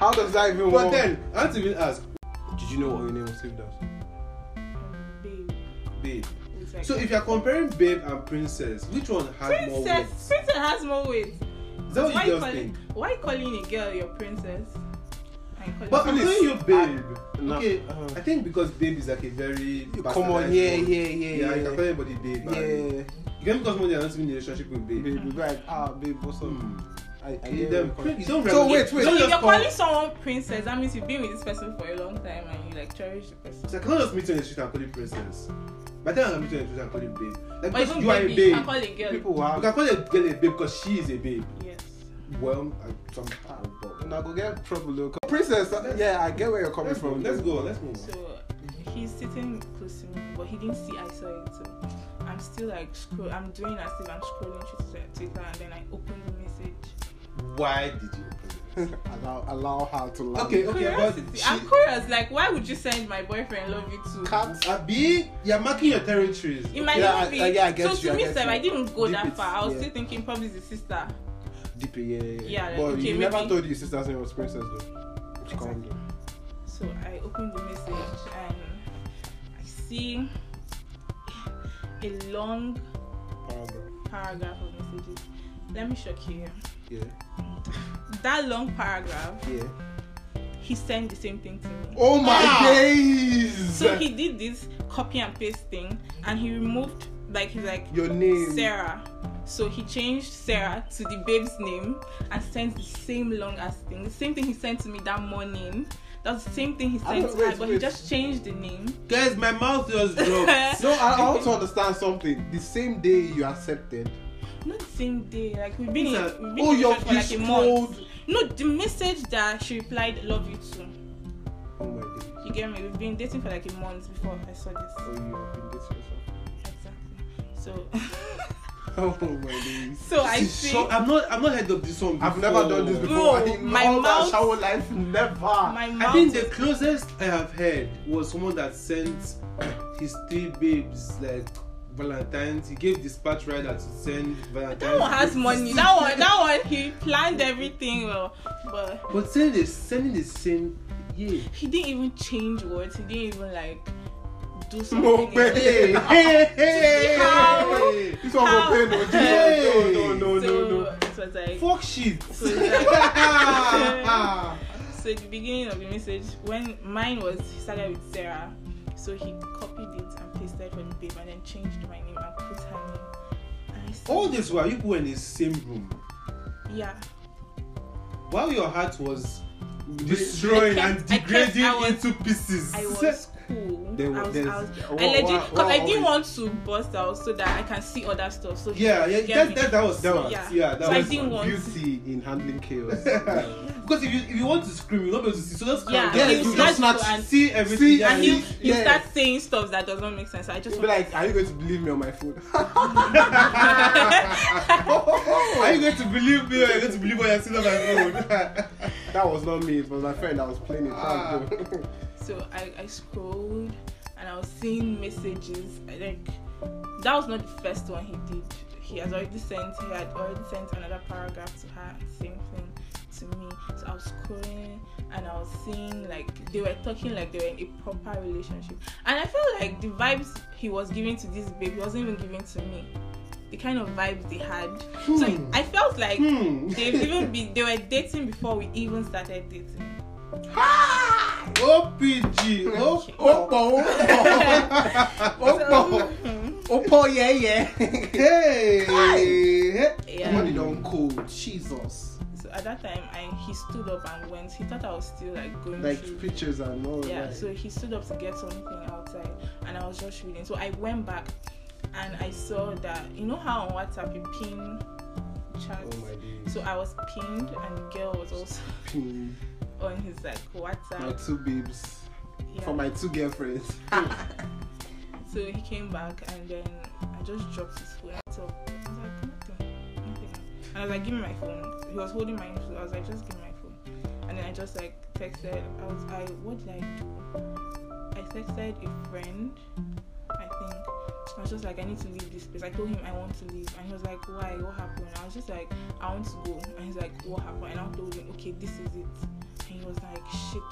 [SPEAKER 2] How does that even
[SPEAKER 3] But
[SPEAKER 2] work?
[SPEAKER 3] then, I had to even ask,
[SPEAKER 2] did you know what your name was saved as?
[SPEAKER 4] Babe.
[SPEAKER 3] babe.
[SPEAKER 4] It's like-
[SPEAKER 3] So if you're comparing babe and princess, which one has more weight?
[SPEAKER 4] princess,
[SPEAKER 3] Is
[SPEAKER 4] princess has more weight.
[SPEAKER 3] that what
[SPEAKER 4] why,
[SPEAKER 3] you girls
[SPEAKER 4] calling,
[SPEAKER 3] think?
[SPEAKER 4] why calling a girl your princess? And calling
[SPEAKER 3] But I'm
[SPEAKER 2] Please.
[SPEAKER 3] telling you, babe.
[SPEAKER 2] No.
[SPEAKER 3] Okay,
[SPEAKER 2] Uh-huh.
[SPEAKER 3] I think because babe is like a very
[SPEAKER 2] Come on,
[SPEAKER 3] bastardized
[SPEAKER 2] yeah,
[SPEAKER 3] word.
[SPEAKER 2] yeah, yeah,
[SPEAKER 3] yeah. You
[SPEAKER 2] yeah.
[SPEAKER 3] can call anybody babe. and-
[SPEAKER 2] Yeah,
[SPEAKER 3] You can because money doesn't mean relationship with babe.
[SPEAKER 2] baby, like ah, babe, what's up?
[SPEAKER 3] Hmm.
[SPEAKER 2] I, I
[SPEAKER 3] You
[SPEAKER 2] get
[SPEAKER 3] don't-
[SPEAKER 2] what you're
[SPEAKER 3] you don't
[SPEAKER 2] calling. So
[SPEAKER 3] remember-
[SPEAKER 2] wait, wait.
[SPEAKER 3] you
[SPEAKER 4] So if
[SPEAKER 3] just
[SPEAKER 4] you're
[SPEAKER 3] call-
[SPEAKER 4] calling someone princess, that means you've been with this person for a long time and you like cherish the person.
[SPEAKER 3] So I cannot just meet you on the street and call you princess. By the time I meet you on the street and call you babe. Like
[SPEAKER 4] Or
[SPEAKER 3] because
[SPEAKER 4] even
[SPEAKER 3] you are a
[SPEAKER 4] baby, you
[SPEAKER 3] babe.
[SPEAKER 4] can call a girl.
[SPEAKER 2] People will
[SPEAKER 3] You
[SPEAKER 2] have.
[SPEAKER 3] can call a girl a babe because she is a babe.
[SPEAKER 4] Yes.
[SPEAKER 3] Well, I, some, but-
[SPEAKER 2] And I go get trouble, though. 'Cause Princess, uh, yeah, I get where you're coming
[SPEAKER 3] let's go.
[SPEAKER 2] from.
[SPEAKER 3] Let's go. Let's move. on.
[SPEAKER 4] So he's sitting close to me, but he didn't see I saw it. So I'm still like scroll. I'm doing as if I'm scrolling through Twitter- Twitter, and then I open the message.
[SPEAKER 3] Why did you? open this?
[SPEAKER 2] allow, allow her to laugh.
[SPEAKER 3] Okay, okay, but
[SPEAKER 4] Curiosity. I'm
[SPEAKER 3] she-
[SPEAKER 4] curious. Like, why would you send my boyfriend love you too?
[SPEAKER 2] Cat.
[SPEAKER 3] Abi, you're marking your territories.
[SPEAKER 4] It might
[SPEAKER 2] Yeah,
[SPEAKER 4] even
[SPEAKER 2] I-
[SPEAKER 4] be.
[SPEAKER 2] I- yeah, I get
[SPEAKER 4] so
[SPEAKER 2] you, I
[SPEAKER 4] to me,
[SPEAKER 2] get
[SPEAKER 4] Sam,
[SPEAKER 2] you.
[SPEAKER 4] I didn't go
[SPEAKER 2] Deep
[SPEAKER 4] that
[SPEAKER 2] it's-
[SPEAKER 4] far. I was
[SPEAKER 2] yeah.
[SPEAKER 4] still thinking probably it's his sister.
[SPEAKER 2] Deep, yeah.
[SPEAKER 4] Yeah, like,
[SPEAKER 2] but
[SPEAKER 4] okay,
[SPEAKER 2] you never
[SPEAKER 4] maybe-
[SPEAKER 2] told your sister's name was Princess, though. Which can't do.
[SPEAKER 4] So I opened the message and I see a long
[SPEAKER 2] Paragraph.
[SPEAKER 4] paragraph of messages. Let me shock you. here.
[SPEAKER 2] Yeah,
[SPEAKER 4] That long paragraph,
[SPEAKER 2] yeah.
[SPEAKER 4] he sent the same thing to me.
[SPEAKER 2] Oh my
[SPEAKER 3] Ah!
[SPEAKER 2] days!
[SPEAKER 4] So he did this copy and paste thing and he removed, like, he's like,
[SPEAKER 2] Your name.
[SPEAKER 4] Sarah. So he changed Sarah to the babe's name and sent the same long ass thing. The same thing he sent to me that morning. That's the same thing he
[SPEAKER 2] I
[SPEAKER 4] sent
[SPEAKER 2] don't-
[SPEAKER 4] to her,
[SPEAKER 2] wait,
[SPEAKER 4] but
[SPEAKER 2] wait.
[SPEAKER 4] he just changed the name.
[SPEAKER 3] Guys, my mouth just dropped.
[SPEAKER 2] No, I, I want to understand something. The same day you accepted.
[SPEAKER 4] Not the same day. Like we've been, in,
[SPEAKER 3] Lisa,
[SPEAKER 4] we've been
[SPEAKER 2] oh,
[SPEAKER 4] in
[SPEAKER 2] your
[SPEAKER 4] church for like a
[SPEAKER 2] fish
[SPEAKER 4] month.
[SPEAKER 2] cold.
[SPEAKER 4] No, the message that she replied, "Love you too."
[SPEAKER 2] Oh my days.
[SPEAKER 4] You get me? We've been dating for like a month before I saw
[SPEAKER 2] Oh,
[SPEAKER 4] this.
[SPEAKER 2] you have been dating yourself.
[SPEAKER 4] Exactly. So,
[SPEAKER 2] Oh my days.
[SPEAKER 4] so I
[SPEAKER 3] This is
[SPEAKER 4] see
[SPEAKER 3] so- I'm not. I'm not heard of this song. Before.
[SPEAKER 2] I've never done this before.
[SPEAKER 4] Bro,
[SPEAKER 2] in
[SPEAKER 4] my
[SPEAKER 2] all
[SPEAKER 4] mouth-
[SPEAKER 2] my shower life, never.
[SPEAKER 4] my mouth.
[SPEAKER 3] I think the closest I have heard was someone that sent his three babes like Valentine's. He gave dispatch rider to send Valentine's.
[SPEAKER 4] that one has money. That one, that one, he planned everything well, but.
[SPEAKER 3] But sending the sending the same. Yeah.
[SPEAKER 4] he didn't even change words. He didn't even like do something.
[SPEAKER 2] No way.
[SPEAKER 4] else.
[SPEAKER 2] Hey, hey,
[SPEAKER 4] How?
[SPEAKER 2] This one
[SPEAKER 4] How?
[SPEAKER 2] will pay no. Hey. No, no, no,
[SPEAKER 4] so um,
[SPEAKER 2] no, no.
[SPEAKER 4] it was like
[SPEAKER 3] Fuck shit.
[SPEAKER 4] so, it was like-
[SPEAKER 3] Ah.
[SPEAKER 4] so at the beginning of the message when mine was he started with Sarah, so he copied it and pasted for the babe and then changed my name and put her name. And I said,
[SPEAKER 3] All this while you were in the same room.
[SPEAKER 4] yeah.
[SPEAKER 3] While your heart was
[SPEAKER 4] I
[SPEAKER 3] destroying
[SPEAKER 4] kept-
[SPEAKER 3] and
[SPEAKER 4] I kept-
[SPEAKER 3] degrading
[SPEAKER 4] I was-
[SPEAKER 3] into pieces.
[SPEAKER 4] I was cool.
[SPEAKER 2] There was-
[SPEAKER 4] I was,
[SPEAKER 2] there's-
[SPEAKER 4] I was,
[SPEAKER 2] wow,
[SPEAKER 4] I
[SPEAKER 2] oh,
[SPEAKER 4] legit,
[SPEAKER 2] wow,
[SPEAKER 4] cause
[SPEAKER 2] wow, oh.
[SPEAKER 4] I didn't
[SPEAKER 2] wow.
[SPEAKER 4] want to bust out so that I can see other stuff. So
[SPEAKER 3] Yeah, yeah,
[SPEAKER 4] get
[SPEAKER 3] that,
[SPEAKER 4] me?
[SPEAKER 3] that, that was
[SPEAKER 2] That
[SPEAKER 3] smart.
[SPEAKER 2] was-
[SPEAKER 3] Yeah, that
[SPEAKER 4] So I
[SPEAKER 3] was
[SPEAKER 4] didn't
[SPEAKER 3] smart.
[SPEAKER 4] want
[SPEAKER 2] Beauty in handling chaos.
[SPEAKER 3] Because if you if you want to scream, you're not able to see. So just calm
[SPEAKER 4] Yeah,
[SPEAKER 3] down.
[SPEAKER 2] you
[SPEAKER 3] you
[SPEAKER 2] just
[SPEAKER 3] just not
[SPEAKER 4] go and-
[SPEAKER 3] see everything.
[SPEAKER 2] See,
[SPEAKER 3] yeah,
[SPEAKER 4] and
[SPEAKER 2] you-
[SPEAKER 4] you, you
[SPEAKER 2] yeah.
[SPEAKER 4] start saying stuff that does not make sense. I just
[SPEAKER 2] You'll be like, are you going to believe me on my phone?
[SPEAKER 3] Are you going to believe me or are you going to believe what you're seeing on my phone?
[SPEAKER 2] that was not me. It was my friend that was playing it.
[SPEAKER 3] Ah.
[SPEAKER 4] So I, I scrolled and I was seeing messages. I think that was not the first one he did. He has already sent he had already sent another paragraph to her, same thing to me. So I was scrolling and I was seeing like they were talking like they were in a proper relationship. And I felt like the vibes he was giving to this babe he wasn't even giving to me. The kind of vibes they had. So I felt like
[SPEAKER 3] Hmm.
[SPEAKER 4] they've even been they were dating before we even started dating. Ah!
[SPEAKER 3] OPG. Oh,
[SPEAKER 2] Oppo, Oppo, Oppo, yeah, yeah.
[SPEAKER 3] hey.
[SPEAKER 4] Yeah.
[SPEAKER 2] Money don't cold. Jesus.
[SPEAKER 4] So at that time, I he stood up and went. He thought I was still like going
[SPEAKER 2] Like
[SPEAKER 4] through.
[SPEAKER 2] pictures and all
[SPEAKER 4] Yeah.
[SPEAKER 2] that.
[SPEAKER 4] So he stood up to get something outside, and I was just reading. So I went back, and I saw that you know how on WhatsApp you pin chats.
[SPEAKER 2] Oh my days.
[SPEAKER 4] so I was pinned, and the girl was also
[SPEAKER 2] Pin.
[SPEAKER 4] on his like
[SPEAKER 2] My
[SPEAKER 4] WhatsApp.
[SPEAKER 2] two babes.
[SPEAKER 4] Yeah.
[SPEAKER 2] For my two girlfriends.
[SPEAKER 4] So he came back, and then I just dropped his phone. So I was like, nothing, nothing. And I was like, give me my phone. He was holding my phone. I was like, just give me my phone. And then I just like texted. I was, I, what did I do? I texted a friend, I think. I was just like, I need to leave this place. I told him I want to leave, and he was like, why? What happened? I was just like, I want to go, and he's like, what happened? And I told him, okay, this is it. And he was like, shit.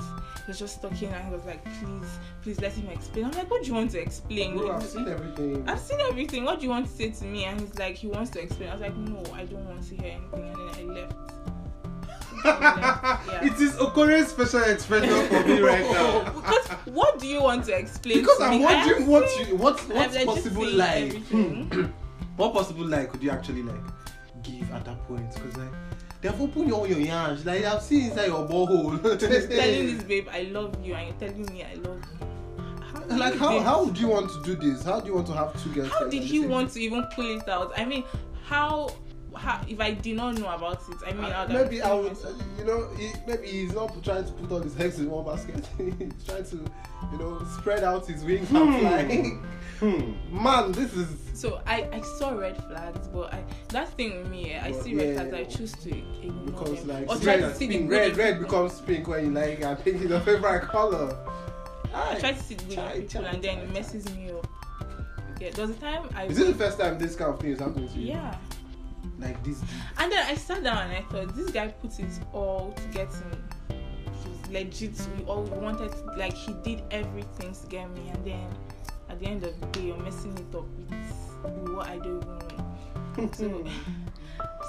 [SPEAKER 4] He was just talking and he was like, please, please let him explain. I'm like, what do you want to explain?
[SPEAKER 3] Bro, I've seen everything.
[SPEAKER 4] I've seen everything. What do you want to say to me? And he's like, he wants to explain. I was like, no, I don't want to hear anything. And then I left. Yeah.
[SPEAKER 3] It is Okore's special expression for me right now.
[SPEAKER 4] because what do you want to explain?
[SPEAKER 2] Because
[SPEAKER 4] to
[SPEAKER 2] I'm
[SPEAKER 4] me? I
[SPEAKER 2] wondering
[SPEAKER 4] have
[SPEAKER 2] what
[SPEAKER 4] seen-
[SPEAKER 2] you what
[SPEAKER 4] I've
[SPEAKER 2] what's
[SPEAKER 4] like just
[SPEAKER 2] possible Hmm.
[SPEAKER 4] seen
[SPEAKER 2] like.
[SPEAKER 4] everything.
[SPEAKER 2] What possible like could you actually like give at that point? Because like they've opened all your yams, like I've seen inside your borehole.
[SPEAKER 4] telling this babe I love you and you're telling me I love you. How do
[SPEAKER 2] like
[SPEAKER 4] you
[SPEAKER 2] how
[SPEAKER 4] think-
[SPEAKER 2] how do you want to do this? How do you want to have two girls?
[SPEAKER 4] how did he want to even pull it out? I mean, how, how if I did not know about it, I mean,
[SPEAKER 2] Uh,
[SPEAKER 4] I'd have
[SPEAKER 2] maybe I
[SPEAKER 4] killed
[SPEAKER 2] would,
[SPEAKER 4] myself.
[SPEAKER 2] you know, he, maybe he's not trying to put all his eggs in one basket. he's trying to, you know, spread out his wings and fly.
[SPEAKER 3] Hmm.
[SPEAKER 2] Man, this is
[SPEAKER 4] So I, I saw red flags, but I that thing with me, eh, I
[SPEAKER 2] But
[SPEAKER 4] see red
[SPEAKER 2] yeah.
[SPEAKER 4] flags, I choose to ignore
[SPEAKER 2] because
[SPEAKER 4] them.
[SPEAKER 2] like
[SPEAKER 4] or try
[SPEAKER 2] red,
[SPEAKER 4] to
[SPEAKER 2] and
[SPEAKER 4] see the
[SPEAKER 2] pink,
[SPEAKER 4] good
[SPEAKER 2] red,
[SPEAKER 4] in
[SPEAKER 2] red
[SPEAKER 4] people.
[SPEAKER 2] becomes pink when you like, and pink is your favorite color.
[SPEAKER 4] I
[SPEAKER 2] Aye.
[SPEAKER 4] try to see the good
[SPEAKER 2] Chai,
[SPEAKER 4] in people,
[SPEAKER 2] chai,
[SPEAKER 4] and then
[SPEAKER 2] chai,
[SPEAKER 4] it messes me up. Yeah, there was a time I
[SPEAKER 2] Is this the first time this kind of thing is happening to you?
[SPEAKER 4] yeah,
[SPEAKER 2] Like this.
[SPEAKER 4] and then I sat down and I thought this guy put it all to get me. He was legit. We all wanted to- like he did everything to get me, and then at the end of the day, you're messing it up with what I don't even know. So,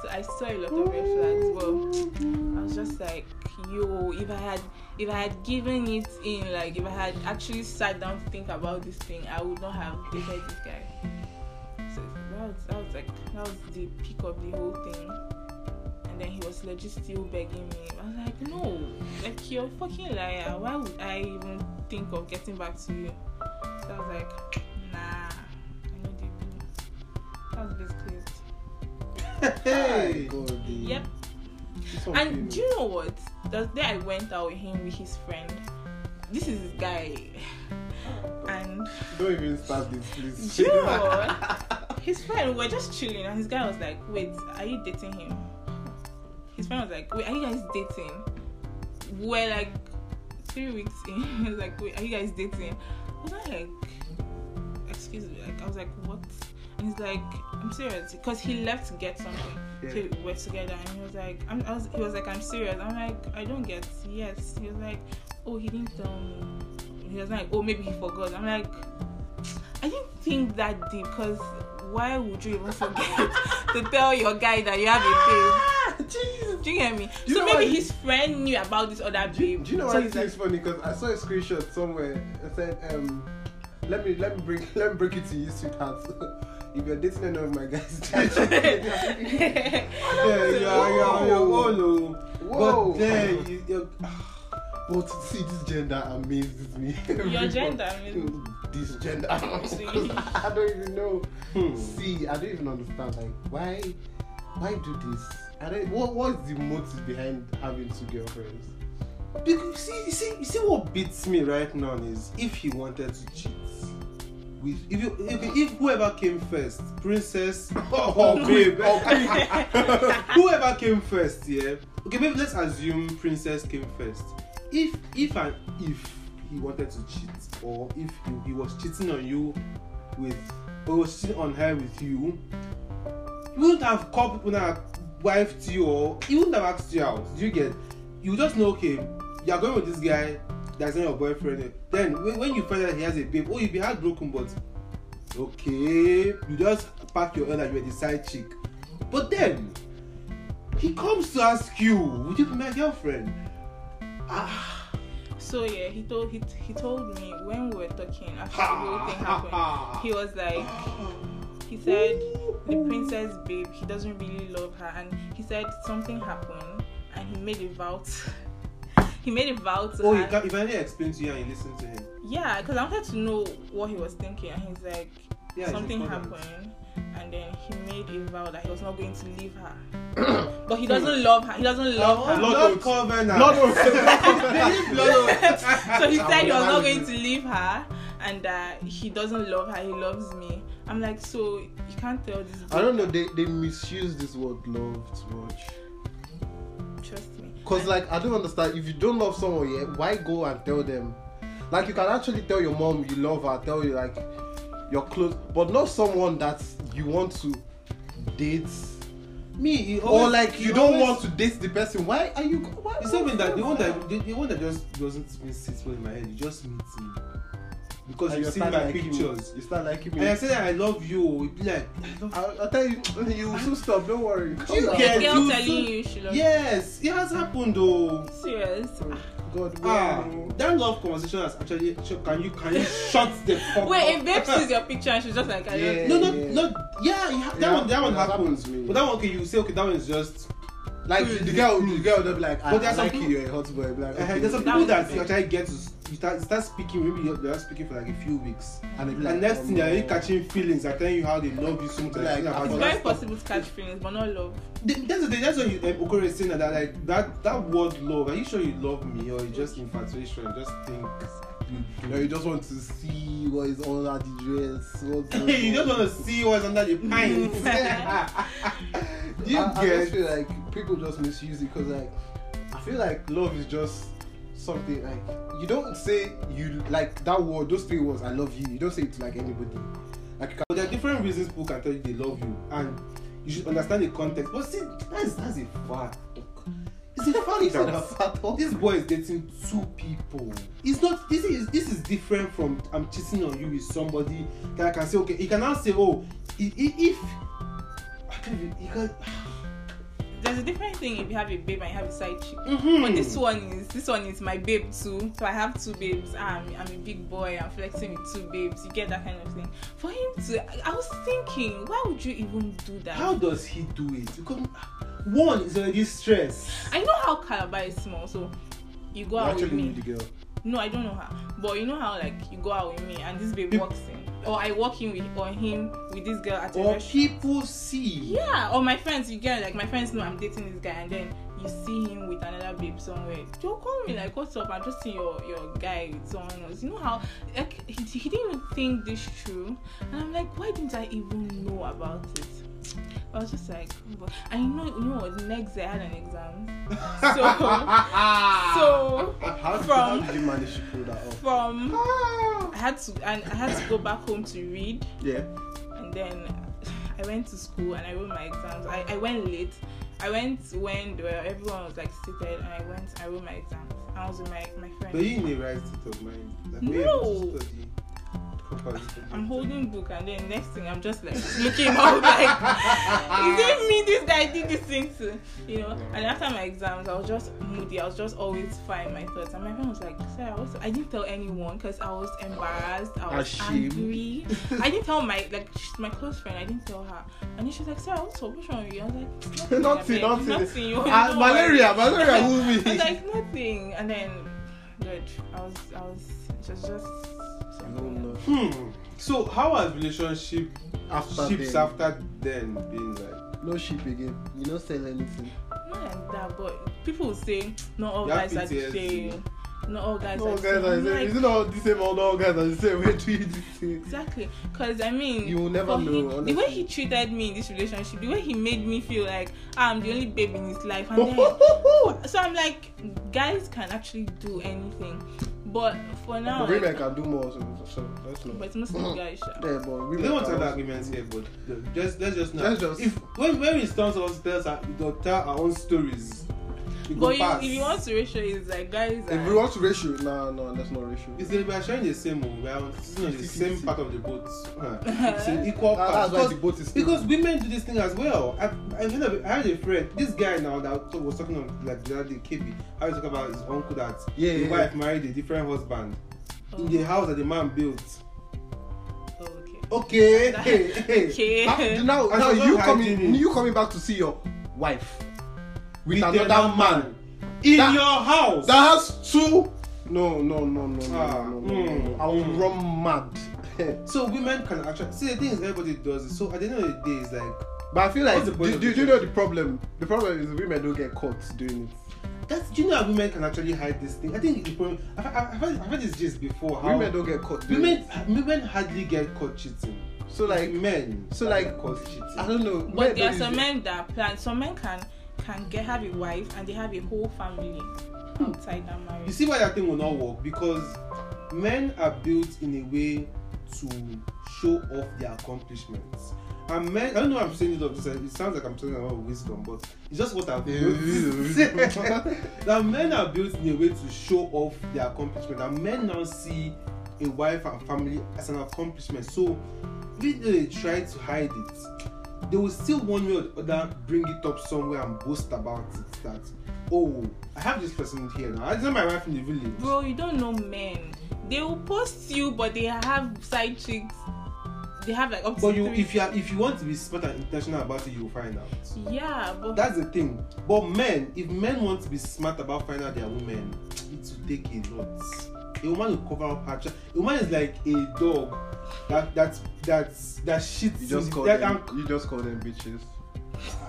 [SPEAKER 4] so I saw a lot of red flags. Well, I was just like, yo, if I had, if I had given it in, like if I had actually sat down to think about this thing, I would not have dated this guy. So that was, that was like, that was the peak of the whole thing. And then he was legit still begging me. I was like, no, like you're a fucking liar. Why would I even think of getting back to you? So I was like, nah, I know the. That was basically it.
[SPEAKER 2] Hey.
[SPEAKER 3] Hey.
[SPEAKER 2] God, the-
[SPEAKER 4] Yep.
[SPEAKER 2] this one
[SPEAKER 4] And
[SPEAKER 2] feels-
[SPEAKER 4] do you know what? The day I went out with him with his friend, this is his guy, and
[SPEAKER 2] don't even start this, please.
[SPEAKER 4] do you know what? His friend, we were just chilling, and his guy was like, "Wait, are you dating him?" His friend was like, "Wait, are you guys dating?" We're like three weeks in. He was like, "Wait, are you guys dating?" I was like, "Excuse me," like I was like, "What?" And he's like, "I'm serious," because he left to get something. So we were together, and he was like, I'm, I was, he was like, I'm serious. I'm like, I don't get yes. He was like, oh, he didn't tell me. He was like, oh, maybe he forgot. I'm like, I didn't think that deep, cause why would you even forget to tell your guy that you have a
[SPEAKER 2] Ah, Jesus.
[SPEAKER 4] babe? Do you get me?
[SPEAKER 2] Do you
[SPEAKER 4] so
[SPEAKER 2] know
[SPEAKER 4] maybe
[SPEAKER 2] what-
[SPEAKER 4] his friend knew about this other
[SPEAKER 2] Do you,
[SPEAKER 4] babe.
[SPEAKER 2] do you know
[SPEAKER 4] so
[SPEAKER 2] why
[SPEAKER 4] he's
[SPEAKER 2] this is funny? Because I saw a screenshot somewhere. I said, um, let me let me bring let me break it to you, sweetheart. if you're dating any of my guys, yeah,
[SPEAKER 4] like-
[SPEAKER 3] Yeah, you are, you are, you are all, oh.
[SPEAKER 2] Whoa.
[SPEAKER 3] But then, you, you're,
[SPEAKER 2] But see, this gender amazes me.
[SPEAKER 4] Your gender amazes-
[SPEAKER 2] This gender. I don't even know.
[SPEAKER 3] hmm.
[SPEAKER 2] See, I don't even understand. Like, why, why do this? I don't. What What is the motive behind having two girlfriends?
[SPEAKER 3] Because see, you see, you see what beats me right now is if he wanted to cheat. With, if you if, if whoever came first, princess or babe, or queen, whoever came first, yeah. Okay, maybe let's assume princess came first. If if and if he wanted to cheat, or if he, he was cheating on you with, or was cheating on her with you, he wouldn't have called una wife to you or he wouldn't have asked you out do you get you just know okay you are going with this guy that's not your boyfriend eh. then when, when you find out he has a babe oh you be heartbroken but okay you just pack your own like you were the side chick but then he comes to ask you would you be my girlfriend ah
[SPEAKER 4] So yeah, he told he, he told me when we were talking after the whole thing happened. He was like, he said the princess babe. He doesn't really love her, and he said something happened, and he made a vow. To, he made a vow to
[SPEAKER 3] oh
[SPEAKER 4] her.
[SPEAKER 3] you can if I only explain to you and you listen to him
[SPEAKER 4] Yeah, because I wanted to know what he was thinking, and he's like,
[SPEAKER 3] Yeah, it's
[SPEAKER 4] something
[SPEAKER 3] important.
[SPEAKER 4] happened, and then he made a vow that he was not going to leave her. but he doesn't love her. He doesn't
[SPEAKER 2] Oh,
[SPEAKER 4] love her.
[SPEAKER 3] blood oath covenant
[SPEAKER 2] Blood oath.
[SPEAKER 4] so he said he was not
[SPEAKER 2] Someone
[SPEAKER 4] going
[SPEAKER 2] else.
[SPEAKER 4] to leave her and that he doesn't love her, he loves me. I'm like, so you can't tell this.
[SPEAKER 2] I
[SPEAKER 4] Babe,
[SPEAKER 2] don't know. They they misuse this word love too much.
[SPEAKER 4] Trust me.
[SPEAKER 2] Cause like I don't understand. If you don't love someone yet, why go and tell them? Like you can actually tell your mom you love her. Tell you like you're close, but not someone that you want to date
[SPEAKER 3] me, it
[SPEAKER 2] or
[SPEAKER 3] always-
[SPEAKER 2] like you
[SPEAKER 3] it
[SPEAKER 2] don't
[SPEAKER 3] always-
[SPEAKER 2] want to date the person. Why are you? Why
[SPEAKER 3] It's not even that the one that the, the one that just doesn't even sit well in my head. It just meets me because
[SPEAKER 2] And
[SPEAKER 3] you've
[SPEAKER 2] you Mm.
[SPEAKER 3] seen
[SPEAKER 2] start
[SPEAKER 3] my
[SPEAKER 2] liking me.
[SPEAKER 3] pictures.
[SPEAKER 2] You start liking
[SPEAKER 3] And I
[SPEAKER 2] me.
[SPEAKER 3] said I love you. It be like I love
[SPEAKER 2] I'll, I'll tell you, you will soon stop. Don't worry. Calm
[SPEAKER 3] You
[SPEAKER 2] down.
[SPEAKER 3] get-
[SPEAKER 4] girl
[SPEAKER 3] you
[SPEAKER 4] telling
[SPEAKER 3] too-
[SPEAKER 4] you she loves
[SPEAKER 3] Yes, it has happened though.
[SPEAKER 4] you. Serious.
[SPEAKER 2] God,
[SPEAKER 3] Ah,
[SPEAKER 2] where-
[SPEAKER 3] that love conversation has actually. Can you can you shut the fuck
[SPEAKER 4] Wait,
[SPEAKER 3] up?
[SPEAKER 4] if babe sees your picture and she's just like, I
[SPEAKER 2] Yeah.
[SPEAKER 4] don't
[SPEAKER 3] No, no,
[SPEAKER 2] Yeah.
[SPEAKER 3] no. Yeah, it ha- that
[SPEAKER 2] Yeah,
[SPEAKER 3] one, that one
[SPEAKER 2] it has
[SPEAKER 3] happens.
[SPEAKER 2] happened to me.
[SPEAKER 3] But that one, okay, you say, okay, that one is just.
[SPEAKER 2] Like the, the girl, the girl would be like, "Ah, I
[SPEAKER 3] But there's some
[SPEAKER 2] like you,
[SPEAKER 3] people-
[SPEAKER 2] you're a hot boy. Like,
[SPEAKER 3] Uh,
[SPEAKER 2] okay.
[SPEAKER 3] There's some
[SPEAKER 4] That
[SPEAKER 3] people
[SPEAKER 4] was
[SPEAKER 3] that
[SPEAKER 4] the thing.
[SPEAKER 3] actually get to s- you start, start speaking. Maybe you're, you're speaking for like a few weeks.
[SPEAKER 2] and they'll be
[SPEAKER 3] and next thing, they're
[SPEAKER 2] oh,
[SPEAKER 3] already catching feelings. I tell you how they love you so much.
[SPEAKER 2] Like,
[SPEAKER 3] Like,
[SPEAKER 2] I feel
[SPEAKER 4] It's very
[SPEAKER 2] like-
[SPEAKER 3] like,
[SPEAKER 4] possible to catch feelings, but not love.
[SPEAKER 3] that's the thing. That's what you, um, Okoro is saying that, that like that that word love. Are you sure you love me or you just infatuation? Just think.
[SPEAKER 2] You know, you just want to see what is under the dress. What
[SPEAKER 3] you just want to see what's under the pants. Do you
[SPEAKER 2] I, I
[SPEAKER 3] get?
[SPEAKER 2] just feel like people just misuse it because like I feel like love is just something like you don't say you like that word those three words I love you you don't say it to like anybody like you can
[SPEAKER 3] But there are different reasons people can tell you they love you, and you should understand the context. But see, that's that's a far talk. It's a far
[SPEAKER 2] It's not a
[SPEAKER 3] talk.
[SPEAKER 2] fat talk.
[SPEAKER 3] This boy is dating two people. It's not. This is this is different from I'm cheating on you with somebody that I can say okay. He can now say oh, i- i- if I can't even. He can.
[SPEAKER 4] There's a different thing if you have a babe and you have a side chick.
[SPEAKER 3] Mm-hmm.
[SPEAKER 4] But this one is this one is my babe too. So I have two babes. Ah, I'm I'm a big boy. I'm flexing with two babes. You get that kind of thing. For him to, I, I was thinking, why would you even do that?
[SPEAKER 3] How does he do it? Because one is already stressed.
[SPEAKER 4] I know how Calabar is small, so you go
[SPEAKER 2] you
[SPEAKER 4] out with
[SPEAKER 2] actually
[SPEAKER 4] me.
[SPEAKER 2] need the girl
[SPEAKER 4] No, I don't know her. But you know how like you go out with me and this babe
[SPEAKER 3] Peop-
[SPEAKER 4] walks in, or I walk in with or him with this girl at a
[SPEAKER 3] Or
[SPEAKER 4] restaurant.
[SPEAKER 3] people see.
[SPEAKER 4] Yeah, or my friends, you get like my friends know I'm dating this guy, and then you see him with another babe somewhere. Don't call me like, what's up? I'm just seeing your your guy with someone else. You know how like he, he didn't even think this through, and I'm like, why didn't I even know about it? I was just like, oh, but I know, you know what? Next day I had an exam, so so
[SPEAKER 2] how, did- how
[SPEAKER 4] From-
[SPEAKER 2] did you manage to pull that off
[SPEAKER 4] from
[SPEAKER 3] Ah.
[SPEAKER 4] I had to and I had to go back home to read
[SPEAKER 2] yeah
[SPEAKER 4] and then I went to school and I wrote my exams. I, I went late. I went when there were, everyone was like seated and I went I wrote my exams. I was with my, my
[SPEAKER 3] But
[SPEAKER 4] friend.
[SPEAKER 3] you in the right state of mind. Like,
[SPEAKER 4] No.
[SPEAKER 3] we're able to study properly.
[SPEAKER 4] I'm holding book and then next thing I'm just like looking out like is it me this guy did this thing to you know and after my exams I was just moody I was just always fine my thoughts and my friend was like Sarah what's I didn't tell anyone because I was embarrassed I was
[SPEAKER 2] Ashamed.
[SPEAKER 4] angry I didn't tell my like sh- my close friend I didn't tell her and then she was like Sarah what's up what's wrong with you I was like
[SPEAKER 2] Nothing,
[SPEAKER 4] I beg,
[SPEAKER 2] nothing.
[SPEAKER 4] nothing you
[SPEAKER 2] Ah,
[SPEAKER 4] don't worry."
[SPEAKER 2] malaria malaria will
[SPEAKER 4] I was
[SPEAKER 2] be
[SPEAKER 4] like nothing and then good I was I was just just
[SPEAKER 2] no, no.
[SPEAKER 3] Hmm. So how has relationship
[SPEAKER 2] After
[SPEAKER 3] ships
[SPEAKER 2] then.
[SPEAKER 3] after then been like?
[SPEAKER 2] no sheep again you don't sell anything
[SPEAKER 4] not like that, but people will say not all
[SPEAKER 3] You have
[SPEAKER 4] guys are the
[SPEAKER 3] PTSD.
[SPEAKER 4] same. Not all guys
[SPEAKER 2] all
[SPEAKER 4] are
[SPEAKER 2] guys
[SPEAKER 4] the
[SPEAKER 2] are
[SPEAKER 4] same.
[SPEAKER 2] the
[SPEAKER 4] Like,
[SPEAKER 2] same is it all the same all all guys are the same way treat the same
[SPEAKER 4] exactly. Because I mean,
[SPEAKER 2] You will never
[SPEAKER 4] for
[SPEAKER 2] know,
[SPEAKER 4] he- the way
[SPEAKER 2] honestly.
[SPEAKER 4] he treated me in this relationship, the way he made me feel like "Ah, I'm the only babe in his life, and then
[SPEAKER 2] but
[SPEAKER 4] so I'm like, guys can actually do anything, but for now, like,
[SPEAKER 2] women can do more so, so that's not
[SPEAKER 4] but mostly guys. sha.
[SPEAKER 2] Yeah, but we
[SPEAKER 3] We don't want to have arguments here, but just let's just know.
[SPEAKER 2] Let's just-
[SPEAKER 3] if when when we start to tell our we don't tell our own stories, it go
[SPEAKER 4] But you,
[SPEAKER 3] pass.
[SPEAKER 4] if you want to ratio, it's like guys. Are,
[SPEAKER 2] If we want to ratio, no, no, that's not ratio.
[SPEAKER 3] It's we are sharing the same home. We are on sitting on the same part of the boat. Huh. It's an
[SPEAKER 2] That-
[SPEAKER 3] equal
[SPEAKER 2] that's
[SPEAKER 3] part.
[SPEAKER 2] why the
[SPEAKER 3] Because,
[SPEAKER 2] boat is still-
[SPEAKER 3] because women do this thing as well. I, I, heard of, I had a friend, this guy now that was talking on like the other day, KB, how he talk about his uncle that
[SPEAKER 2] Yeah,
[SPEAKER 3] the
[SPEAKER 2] yeah,
[SPEAKER 3] wife married a different husband in the house that the man built.
[SPEAKER 4] oh, okay.
[SPEAKER 2] okay.
[SPEAKER 4] Okay.
[SPEAKER 2] Ah, now,
[SPEAKER 3] And
[SPEAKER 2] now
[SPEAKER 3] it's not
[SPEAKER 2] you coming,
[SPEAKER 3] hygienic.
[SPEAKER 2] you coming back to see your wife with,
[SPEAKER 3] With
[SPEAKER 2] another man
[SPEAKER 3] in
[SPEAKER 2] That-
[SPEAKER 3] your house.
[SPEAKER 2] that has two. No, no, no, no, no,
[SPEAKER 3] Ah,
[SPEAKER 2] no, no, no, no.
[SPEAKER 3] mm,
[SPEAKER 2] I will
[SPEAKER 3] mm.
[SPEAKER 2] run mad.
[SPEAKER 3] so women can actually see the thing is everybody does it. So at the end of the day, it's like
[SPEAKER 2] but I feel like,
[SPEAKER 3] What's the
[SPEAKER 2] do,
[SPEAKER 3] point
[SPEAKER 2] do,
[SPEAKER 3] of
[SPEAKER 2] do
[SPEAKER 3] it?
[SPEAKER 2] you know the problem? The problem is women don't get caught doing it.
[SPEAKER 3] that's do you know how women can actually hide this thing? I think the problem. I've, I've, I've heard- I've heard this gist before. How
[SPEAKER 2] Women don't get caught doing
[SPEAKER 3] women
[SPEAKER 2] it.
[SPEAKER 3] women hardly get caught cheating.
[SPEAKER 2] So like,
[SPEAKER 3] men.
[SPEAKER 2] so
[SPEAKER 3] that
[SPEAKER 2] like,
[SPEAKER 3] get caught cheating.
[SPEAKER 2] I don't know.
[SPEAKER 4] But
[SPEAKER 2] women
[SPEAKER 4] there are
[SPEAKER 2] don't
[SPEAKER 4] some
[SPEAKER 2] use it.
[SPEAKER 4] men that plan. Some men can can get have a wife and they have a whole family
[SPEAKER 3] Hmm.
[SPEAKER 4] outside that marriage.
[SPEAKER 3] You see why that thing will not work because men are built in a way to show off their accomplishments. I'm meant, I don't know why I'm saying it, all this, it sounds like I'm talking about wisdom, but it's just what I've built. that men are built in a way to show off their accomplishment. That men now see a wife and family as an accomplishment. So even though they try to hide it, they will still one way or the other bring it up somewhere and boast about it that oh I have this person here now. I not my wife in the village.
[SPEAKER 4] Bro, you don't know men. They will post you, but they have side chicks. They have like up to
[SPEAKER 3] But you,
[SPEAKER 4] three.
[SPEAKER 3] if you are, if you want to be smart and intentional about it, you will find out.
[SPEAKER 4] yeah, but
[SPEAKER 3] That's the thing. But men, if men want to be smart about finding out their women, it will take a lot. A woman will cover up her. Tra- a woman is like a dog that that that that shit.
[SPEAKER 2] You just call
[SPEAKER 3] that,
[SPEAKER 2] them. You just call them bitches.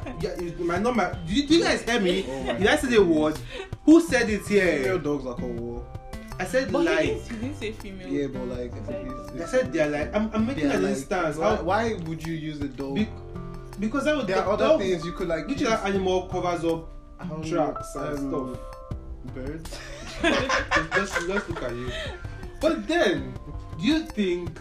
[SPEAKER 3] I'm- yeah, it might not matter. Do you, do you guys hear me?
[SPEAKER 2] Oh my
[SPEAKER 3] Did I say the word? Who said it
[SPEAKER 2] Female
[SPEAKER 3] here?
[SPEAKER 2] dogs are called war.
[SPEAKER 3] I said
[SPEAKER 4] but he
[SPEAKER 3] like.
[SPEAKER 4] didn't, he didn't say female.
[SPEAKER 2] Yeah, but like it's, it's,
[SPEAKER 3] I said they're like. I'm, I'm making
[SPEAKER 2] they're
[SPEAKER 3] an
[SPEAKER 2] like-
[SPEAKER 3] instance.
[SPEAKER 2] Why,
[SPEAKER 3] How-
[SPEAKER 2] why would you use a dog?
[SPEAKER 3] be- because that would
[SPEAKER 2] there are other
[SPEAKER 3] dog-
[SPEAKER 2] things you could like.
[SPEAKER 3] Which
[SPEAKER 2] use.
[SPEAKER 3] other animal covers up
[SPEAKER 2] Um,
[SPEAKER 3] tracks and
[SPEAKER 2] um,
[SPEAKER 3] stuff?
[SPEAKER 2] Birds.
[SPEAKER 3] just, just, just look at you. But then, do you think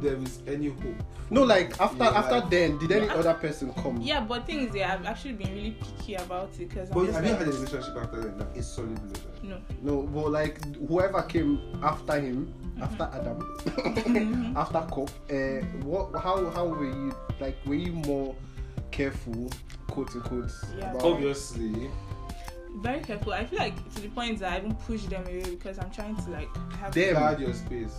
[SPEAKER 3] there is any hope?
[SPEAKER 2] No, like after
[SPEAKER 3] Yeah,
[SPEAKER 2] after
[SPEAKER 3] like-
[SPEAKER 2] then, did any
[SPEAKER 4] Yeah.
[SPEAKER 2] other person come?
[SPEAKER 4] Yeah, but things they have actually been really picky about it because
[SPEAKER 3] But
[SPEAKER 4] I'm
[SPEAKER 3] have
[SPEAKER 4] just
[SPEAKER 3] you had a
[SPEAKER 4] like,
[SPEAKER 3] relationship after that? Like a solid relationship.
[SPEAKER 4] no.
[SPEAKER 2] No, but like whoever came after him, after Adam, after Cop, uh, what? How how were you? Like were you more careful, quote unquote?
[SPEAKER 4] Yeah.
[SPEAKER 2] about-
[SPEAKER 3] Obviously,
[SPEAKER 4] Very careful. I feel like to the point that I even push them away because I'm trying to like have
[SPEAKER 2] Them.
[SPEAKER 3] guard your space.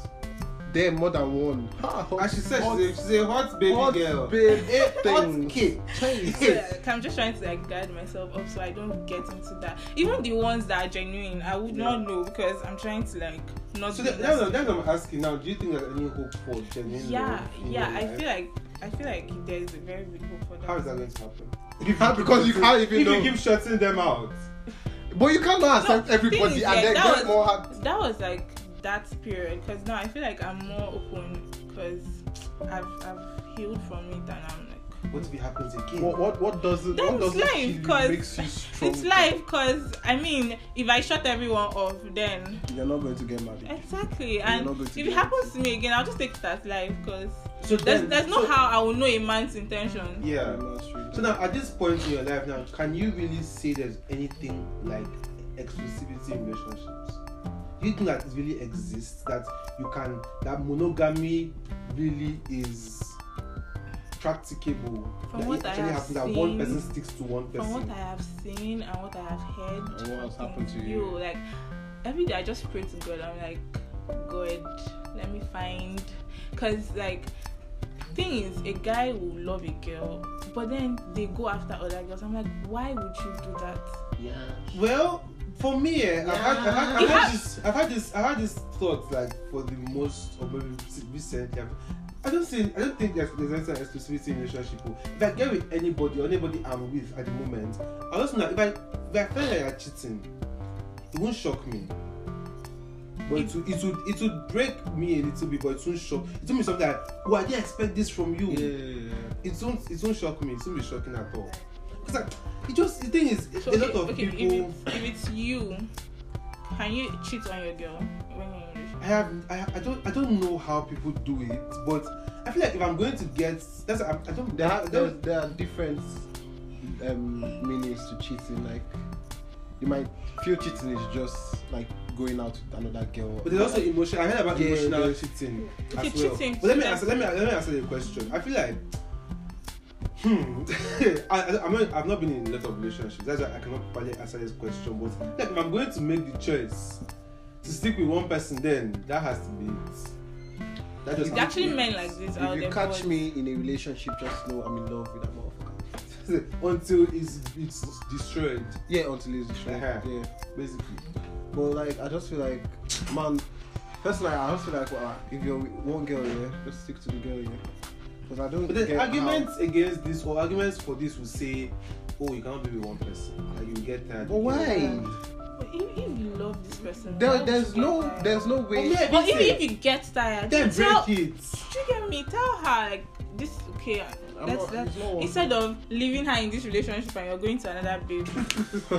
[SPEAKER 2] There more than one.
[SPEAKER 3] And she said
[SPEAKER 2] Hot-
[SPEAKER 3] she's a, she's a hot baby
[SPEAKER 2] hot
[SPEAKER 3] girl.
[SPEAKER 2] babe
[SPEAKER 3] Eh,
[SPEAKER 2] thing.
[SPEAKER 3] Hot kid.
[SPEAKER 4] Yeah, like, I'm just trying to like guard myself up so I don't get into that. Even the ones that are genuine, I would not know because I'm trying to like not.
[SPEAKER 3] So
[SPEAKER 4] be
[SPEAKER 3] that, that's,
[SPEAKER 4] that-
[SPEAKER 3] what- that's what I'm asking now. Do you think there's any hope for genuine
[SPEAKER 4] yeah,
[SPEAKER 3] love in
[SPEAKER 4] yeah.
[SPEAKER 3] your
[SPEAKER 4] I
[SPEAKER 3] life?
[SPEAKER 4] feel like I feel like there's a very big hope for that.
[SPEAKER 3] How is that going to happen?
[SPEAKER 2] because you can't even
[SPEAKER 3] if
[SPEAKER 2] know.
[SPEAKER 3] you keep shutting them out.
[SPEAKER 2] But you cannot accept
[SPEAKER 4] No,
[SPEAKER 2] everybody
[SPEAKER 4] thing is,
[SPEAKER 2] and
[SPEAKER 4] like,
[SPEAKER 2] then
[SPEAKER 4] that
[SPEAKER 2] get
[SPEAKER 4] was-
[SPEAKER 2] more hard.
[SPEAKER 4] that was like that period because now I feel like I'm more open because I've I've healed from it and I'm like
[SPEAKER 3] What if it happens again?
[SPEAKER 2] What what what does it?
[SPEAKER 4] That
[SPEAKER 2] What
[SPEAKER 4] was
[SPEAKER 2] does it
[SPEAKER 4] life,
[SPEAKER 2] kill you,
[SPEAKER 4] 'cause
[SPEAKER 2] makes you strong?
[SPEAKER 4] it's life because I mean if I shut everyone off then
[SPEAKER 2] You're not going to get
[SPEAKER 4] Eh.
[SPEAKER 2] married.
[SPEAKER 4] exactly
[SPEAKER 2] You're
[SPEAKER 4] and
[SPEAKER 2] not going
[SPEAKER 4] if
[SPEAKER 2] to
[SPEAKER 4] it
[SPEAKER 2] get
[SPEAKER 4] happens to me again I'll just take it as life because
[SPEAKER 3] So
[SPEAKER 4] there's
[SPEAKER 3] then-
[SPEAKER 4] there's no
[SPEAKER 3] so-
[SPEAKER 4] how I will know a man's intention.
[SPEAKER 3] Yeah.
[SPEAKER 2] That's really-
[SPEAKER 3] So now, at this point in your life, now, can you really say there's anything like exclusivity in relationships? Do you think that it really exists? That you can that monogamy really is practicable?
[SPEAKER 4] From
[SPEAKER 3] that
[SPEAKER 4] what
[SPEAKER 3] it
[SPEAKER 4] I
[SPEAKER 3] actually
[SPEAKER 4] have
[SPEAKER 3] happens that one
[SPEAKER 4] seen-
[SPEAKER 3] person sticks to one person.
[SPEAKER 4] From what I have seen and what I have heard
[SPEAKER 2] And what has
[SPEAKER 4] from
[SPEAKER 2] happened to
[SPEAKER 4] things-
[SPEAKER 2] you.
[SPEAKER 4] yo, like every day I just pray to God. I'm like, God, let me find, cause like thing is, a guy will love a girl, but then they go after other girls. I'm like, why would you do that?
[SPEAKER 3] Well, for me, eh, I've, had, I've, had, I've,
[SPEAKER 4] You
[SPEAKER 3] had
[SPEAKER 4] have-
[SPEAKER 3] this, I've had this, I've had this thought like for the most or maybe s- recently. I've, I don't think I don't think there's, there's any sort of exclusivity in relationship. oh. If I get with anybody or anybody I'm with at the moment, I just know that if I if I find that you're cheating, it won't shock me. But it would, it would it would break me a little bit, but it won't shock. It won't be something like, oh, I didn't expect this from you. It won't it won't shock me. It won't be shocking at all. Cause like, it just the thing is
[SPEAKER 4] So,
[SPEAKER 3] a lot of
[SPEAKER 4] okay,
[SPEAKER 3] people.
[SPEAKER 4] If it's, if it's you, can you cheat on your girl when you're in a relationship?
[SPEAKER 3] I have I, I don't I don't know how people do it, but I feel like if I'm going to get that's I, I don't
[SPEAKER 2] There,
[SPEAKER 3] I
[SPEAKER 2] are, there,
[SPEAKER 3] don't
[SPEAKER 2] there are different um, meanings to cheating. Like you might feel cheating is just like going out with another girl.
[SPEAKER 3] but there's also emotion. I heard about
[SPEAKER 2] Yeah,
[SPEAKER 3] emotional
[SPEAKER 2] yeah.
[SPEAKER 3] cheating
[SPEAKER 4] Okay,
[SPEAKER 3] as well.
[SPEAKER 4] cheating,
[SPEAKER 3] But let me
[SPEAKER 4] cheating.
[SPEAKER 3] answer let me let me answer the question. I feel like hmm I, I I'm not I've not been in a lot of relationships. That's why I cannot properly answer this question. But I feel like if I'm going to make the choice to stick with one person, then that has to be it. That just
[SPEAKER 4] It's actually
[SPEAKER 3] has to be
[SPEAKER 4] men like this out
[SPEAKER 2] if you
[SPEAKER 4] there.
[SPEAKER 2] catch
[SPEAKER 4] but-
[SPEAKER 2] me in a relationship, just know I'm in love with that motherfucker.
[SPEAKER 3] it. until it's it's destroyed
[SPEAKER 2] Yeah, until it's destroyed.
[SPEAKER 3] Uh-huh.
[SPEAKER 2] Yeah.
[SPEAKER 3] basically.
[SPEAKER 2] But like, I just feel like, man, personally, I just feel like, well, if you're with one girl, yeah, just stick to the girl, yeah. Because I don't
[SPEAKER 3] But then
[SPEAKER 2] get
[SPEAKER 3] arguments against this or arguments for this will say, oh, you cannot be with one person. Like you get
[SPEAKER 2] How,
[SPEAKER 3] tired.
[SPEAKER 2] but why?
[SPEAKER 4] But if, if you love this person, why
[SPEAKER 2] There,
[SPEAKER 4] would
[SPEAKER 2] there's
[SPEAKER 4] you get
[SPEAKER 2] no,
[SPEAKER 4] tired?
[SPEAKER 2] there's no
[SPEAKER 3] But
[SPEAKER 2] way.
[SPEAKER 3] me, I
[SPEAKER 4] But
[SPEAKER 3] didn't
[SPEAKER 4] even
[SPEAKER 3] say-
[SPEAKER 4] if you get tired,
[SPEAKER 3] then
[SPEAKER 4] tell,
[SPEAKER 3] break it.
[SPEAKER 4] trigger me. Tell her like this. Okay, let's,
[SPEAKER 2] not-
[SPEAKER 4] let's
[SPEAKER 2] it's not-
[SPEAKER 4] instead of leaving her in this relationship and you're going to another babe.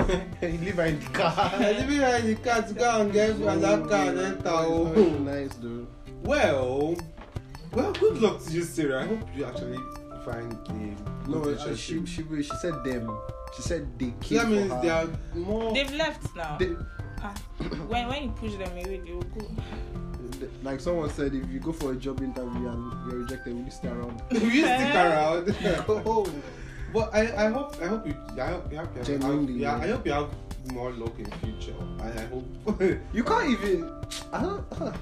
[SPEAKER 2] you leave her in the car.
[SPEAKER 3] I leave her in the car to go and get another car and enter.
[SPEAKER 2] It's
[SPEAKER 3] oh.
[SPEAKER 2] not nice, though.
[SPEAKER 3] Well, well, good luck to you, Sarah. I hope you actually find a
[SPEAKER 2] No,
[SPEAKER 3] good
[SPEAKER 2] uh, she
[SPEAKER 3] relationship.
[SPEAKER 2] she she said them. She said they came
[SPEAKER 3] that
[SPEAKER 2] for
[SPEAKER 3] means
[SPEAKER 2] her.
[SPEAKER 3] they are more.
[SPEAKER 4] They've left now.
[SPEAKER 2] They-
[SPEAKER 4] Ah, when when you push them away, they will go.
[SPEAKER 2] like someone said, if you go for a job interview and you're rejected, will you stay around?
[SPEAKER 3] we used to stick around. Oh,
[SPEAKER 2] Go home.
[SPEAKER 3] But I, I hope I hope you I hope, I hope you have,
[SPEAKER 2] Genuinely,
[SPEAKER 3] yeah, I
[SPEAKER 2] yeah.
[SPEAKER 3] hope you have more luck in future. I, I hope the
[SPEAKER 2] You can't even. I don't. Uh,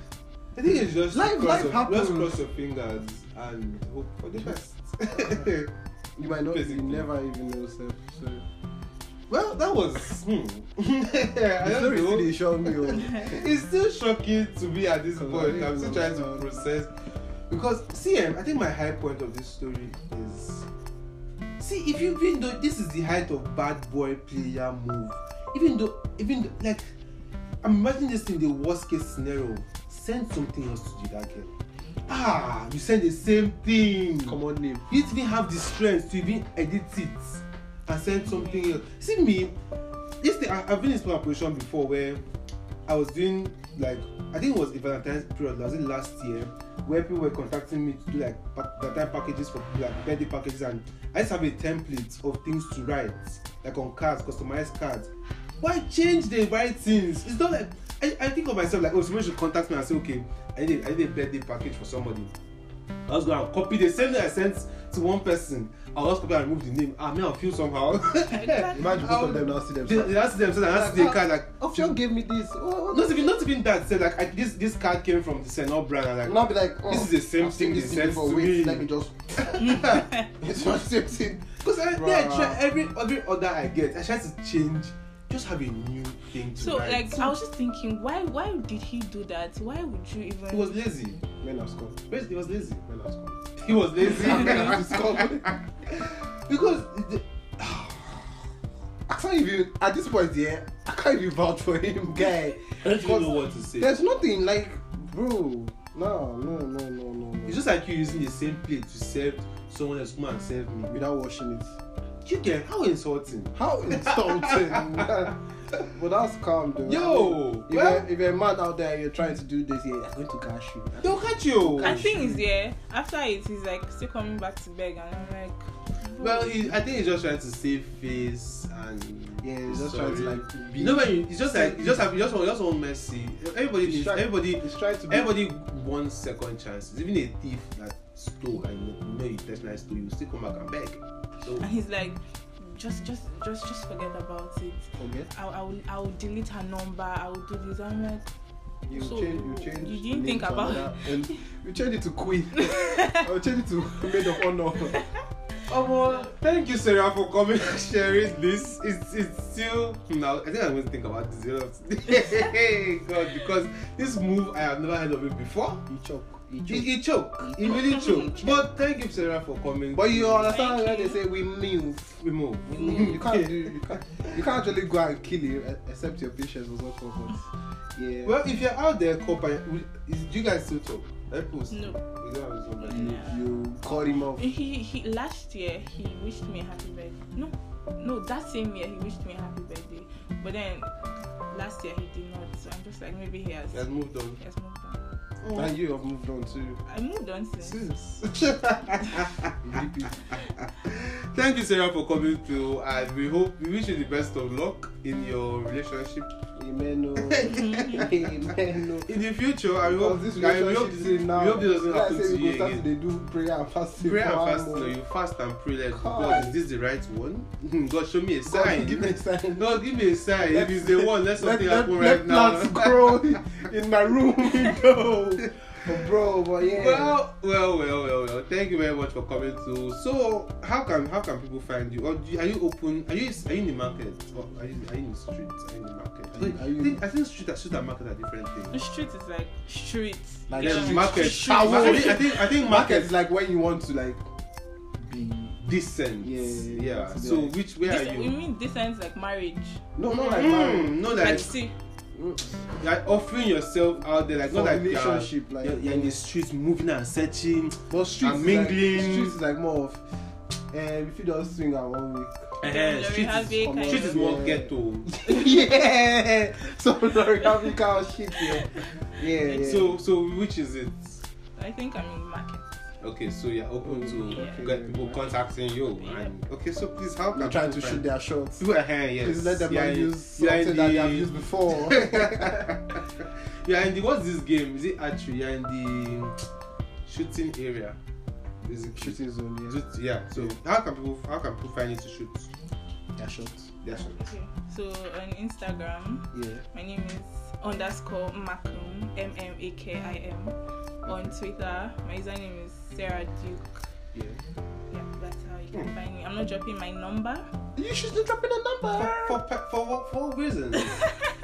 [SPEAKER 3] thing is just
[SPEAKER 2] Life-
[SPEAKER 3] cross
[SPEAKER 2] life
[SPEAKER 3] your,
[SPEAKER 2] happens.
[SPEAKER 3] Just cross your fingers and hope for the best.
[SPEAKER 2] you might not.
[SPEAKER 3] Basically.
[SPEAKER 2] You never even know self. So
[SPEAKER 3] well, that was hmm. I
[SPEAKER 2] the
[SPEAKER 3] don't
[SPEAKER 2] story
[SPEAKER 3] know.
[SPEAKER 2] still dey shock me. oh.
[SPEAKER 3] It's still shocking to me at this
[SPEAKER 2] Cause I
[SPEAKER 3] point.
[SPEAKER 2] didn't
[SPEAKER 3] I'm still
[SPEAKER 2] know.
[SPEAKER 3] trying to process because CM. I think my high point of this story is see if you even though this is the height of bad boy player move, even though even though, like I'm imagining this in the worst case scenario. Send something else to the that girl. Ah, you send the same thing.
[SPEAKER 2] Come on, name.
[SPEAKER 3] you didn't even have the strength to even edit it and send something else see me this thing I, i've been in small operation before where i was doing like i think it was a valentine's period was it last year where people were contacting me to do like pa- valentine packages for people like birthday packages and i just have a template of things to write like on cards customized cards why change the right things it's not like i, I think of myself like oh someone should contact me and say okay i need a, I need a birthday package for somebody I was gonna copy the same thing I sent to one person. I was copy and remove the name. Ah, I mean, I'll feel somehow.
[SPEAKER 4] Exactly.
[SPEAKER 2] Imagine both of them now see
[SPEAKER 3] Um, they,
[SPEAKER 2] themselves.
[SPEAKER 3] they asked themselves, I asked the card like,
[SPEAKER 2] Option gave me this. Oh,
[SPEAKER 3] not even not even that. Say like, I, this this card came from the Senor brand. I'm like,
[SPEAKER 2] Now be like, oh,
[SPEAKER 3] This is the same
[SPEAKER 2] I've seen
[SPEAKER 3] thing
[SPEAKER 2] this
[SPEAKER 3] they said
[SPEAKER 2] before.
[SPEAKER 3] to
[SPEAKER 2] Wait,
[SPEAKER 3] me.
[SPEAKER 2] let me just. it's not the same thing.
[SPEAKER 3] because I, then I try
[SPEAKER 2] Bruh.
[SPEAKER 3] every every order I get. I try to change, just have a new thing to
[SPEAKER 4] So
[SPEAKER 3] write.
[SPEAKER 4] like I was just thinking, why why did he do that? Why would you even?
[SPEAKER 3] he was lazy.
[SPEAKER 5] Men have scored.
[SPEAKER 3] Basically, he was lazy.
[SPEAKER 5] Men have scored.
[SPEAKER 3] He was lazy. because the,
[SPEAKER 2] I can't even. At this point, yeah, I can't even vouch for him, guy.
[SPEAKER 3] I don't even know what to say.
[SPEAKER 2] There's nothing like, bro. No, no, no, no, no. no.
[SPEAKER 3] It's just like you using the same plate to serve someone else. Come and serve me.
[SPEAKER 2] without washing it.
[SPEAKER 3] You get how insulting.
[SPEAKER 2] How insulting! but that's calm, though.
[SPEAKER 3] Yo,
[SPEAKER 2] if,
[SPEAKER 3] well-
[SPEAKER 2] you're, if you're a man out there, you're trying to do this, yeah, I'm going to gash you.
[SPEAKER 3] They'll catch you.
[SPEAKER 4] I think it's yeah. After it, he's like still coming back to beg, and I'm like,
[SPEAKER 3] Well, he, I think he's just trying to save face and
[SPEAKER 2] Yeah, he's just trying to
[SPEAKER 3] sorry.
[SPEAKER 2] like.
[SPEAKER 3] You know when you, it's just like you just have you just want you just want mercy. Everybody needs everybody
[SPEAKER 2] He's trying to be.
[SPEAKER 3] everybody wants second chances. Even a thief that stole and you know you intentionally stole, you still come back and beg. So
[SPEAKER 4] and he's like, just just just just forget about it.
[SPEAKER 2] Forget.
[SPEAKER 4] I I will I will delete her number. I will do this. I'm like,
[SPEAKER 2] You
[SPEAKER 4] So,
[SPEAKER 2] change. You change.
[SPEAKER 4] you
[SPEAKER 2] name
[SPEAKER 4] didn't think
[SPEAKER 2] to
[SPEAKER 4] about-
[SPEAKER 2] another- and You change it to queen. I'll change it to maid of honor.
[SPEAKER 3] oh well, thank you Sarah for coming and sharing this. It's it's still now I think I'm going to think about this a lot today. God, because this move I have never heard of it before.
[SPEAKER 2] You choke. You
[SPEAKER 3] He,
[SPEAKER 2] choke.
[SPEAKER 3] he choke. He really choke. But thank you Sarah for coming.
[SPEAKER 2] But you understand
[SPEAKER 4] Thank
[SPEAKER 2] when they
[SPEAKER 4] you.
[SPEAKER 2] say we move.
[SPEAKER 3] we move.
[SPEAKER 2] You can't do. You can't. You can't actually go and kill him e- except your patience was not for But yeah.
[SPEAKER 3] Well, if you're out there, cop, and- is- do you guys still talk? Help us.
[SPEAKER 4] no.
[SPEAKER 3] We don't have somebody.
[SPEAKER 2] you cut him off.
[SPEAKER 4] He he last year he wished me a happy birthday. No, no, that same year he wished me a happy birthday. But then last year he did not. So I'm just like maybe he has.
[SPEAKER 3] He has moved on.
[SPEAKER 4] he has moved on.
[SPEAKER 2] And you have moved on too.
[SPEAKER 4] I moved on since.
[SPEAKER 3] Since. Thank you, Sarah, for coming through, and we hope we wish you the best of luck in your relationship
[SPEAKER 2] Amen. oh. Amen. oh.
[SPEAKER 3] in the future. I hope
[SPEAKER 2] Because this
[SPEAKER 3] I hope
[SPEAKER 2] relationship
[SPEAKER 3] this,
[SPEAKER 2] is in now.
[SPEAKER 3] we hope this doesn't
[SPEAKER 2] Like I
[SPEAKER 3] happen
[SPEAKER 2] say,
[SPEAKER 3] to
[SPEAKER 2] we
[SPEAKER 3] you
[SPEAKER 2] go start
[SPEAKER 3] again.
[SPEAKER 2] to dey do prayer and fasting.
[SPEAKER 3] Prayer
[SPEAKER 2] for
[SPEAKER 3] and
[SPEAKER 2] one
[SPEAKER 3] fast,
[SPEAKER 2] month.
[SPEAKER 3] no, you fast and pray. Like
[SPEAKER 2] God.
[SPEAKER 3] God, is this the right one? God, show me a
[SPEAKER 2] God,
[SPEAKER 3] sign.
[SPEAKER 2] Give me a sign.
[SPEAKER 3] No, give me a sign. If it's the one, let something
[SPEAKER 2] let,
[SPEAKER 3] happen
[SPEAKER 2] let
[SPEAKER 3] right now.
[SPEAKER 2] plants grow in my room window. But bro, but yeah.
[SPEAKER 3] Well, well, well, well, well. Thank you very much for coming to. So, how can how can people find you? Or do, are you open? Are you are you in the market? Or are you are you in the street? Are you in the market?
[SPEAKER 2] Are you-
[SPEAKER 3] Wait,
[SPEAKER 2] are you-
[SPEAKER 3] I think I think street and street and market are different things.
[SPEAKER 4] The street is like street.
[SPEAKER 2] Like
[SPEAKER 4] You know,
[SPEAKER 2] street-
[SPEAKER 3] market.
[SPEAKER 4] street.
[SPEAKER 3] I think I think, I think
[SPEAKER 2] market
[SPEAKER 3] market
[SPEAKER 2] is like when you want to like be
[SPEAKER 3] decent.
[SPEAKER 2] Yeah, yeah, yeah.
[SPEAKER 3] yeah. So which where
[SPEAKER 4] This,
[SPEAKER 3] are
[SPEAKER 4] we
[SPEAKER 3] you?
[SPEAKER 4] mean decent like marriage.
[SPEAKER 2] no, not like marriage.
[SPEAKER 3] Mm, no,
[SPEAKER 4] Like
[SPEAKER 3] like,
[SPEAKER 4] see,
[SPEAKER 3] like offering yourself out there, like
[SPEAKER 2] For
[SPEAKER 3] not like you're-
[SPEAKER 2] relationship, like-
[SPEAKER 3] you're, you're in the streets moving and searching.
[SPEAKER 2] But streets
[SPEAKER 3] And
[SPEAKER 2] is like,
[SPEAKER 3] mingling.
[SPEAKER 2] streets is like more of um, if you don't swing at one week.
[SPEAKER 3] Eh,
[SPEAKER 4] Don't
[SPEAKER 3] street
[SPEAKER 4] have
[SPEAKER 3] is,
[SPEAKER 4] it, kind
[SPEAKER 3] street
[SPEAKER 4] of.
[SPEAKER 3] is more
[SPEAKER 2] Yeah.
[SPEAKER 3] ghetto.
[SPEAKER 2] yeah, so Lori Africa shit yeah, yeah, yeah.
[SPEAKER 3] So so which is it?
[SPEAKER 4] I think I'm in market.
[SPEAKER 6] Okay, so you're open to
[SPEAKER 4] Okay.
[SPEAKER 6] get people contacting you and
[SPEAKER 3] Okay, so please, how can
[SPEAKER 2] They're trying to
[SPEAKER 3] people
[SPEAKER 2] shoot
[SPEAKER 3] find-
[SPEAKER 2] their shots.
[SPEAKER 3] Go ahead, yes.
[SPEAKER 2] Please let them
[SPEAKER 3] You are
[SPEAKER 2] not
[SPEAKER 3] in-
[SPEAKER 2] use
[SPEAKER 3] you are in
[SPEAKER 2] something that they have
[SPEAKER 3] the-
[SPEAKER 2] used before.
[SPEAKER 3] you are in the what's this game? Is it archery? You are in the shooting area. Is it shooting?
[SPEAKER 2] Shooting zone, yeah.
[SPEAKER 3] Shoot- Yeah. So how can people how can people find it to shoot
[SPEAKER 2] Their shots.
[SPEAKER 3] their shot?
[SPEAKER 4] Okay. So on Instagram,
[SPEAKER 2] Yeah.
[SPEAKER 4] my name is underscore Makum M M A K I M. On Twitter, my username is Sarah Duke.
[SPEAKER 3] Yeah.
[SPEAKER 4] Yeah, that's how you can find me. I'm not dropping my number.
[SPEAKER 2] You should be dropping a number.
[SPEAKER 3] For pe- for what for what reason?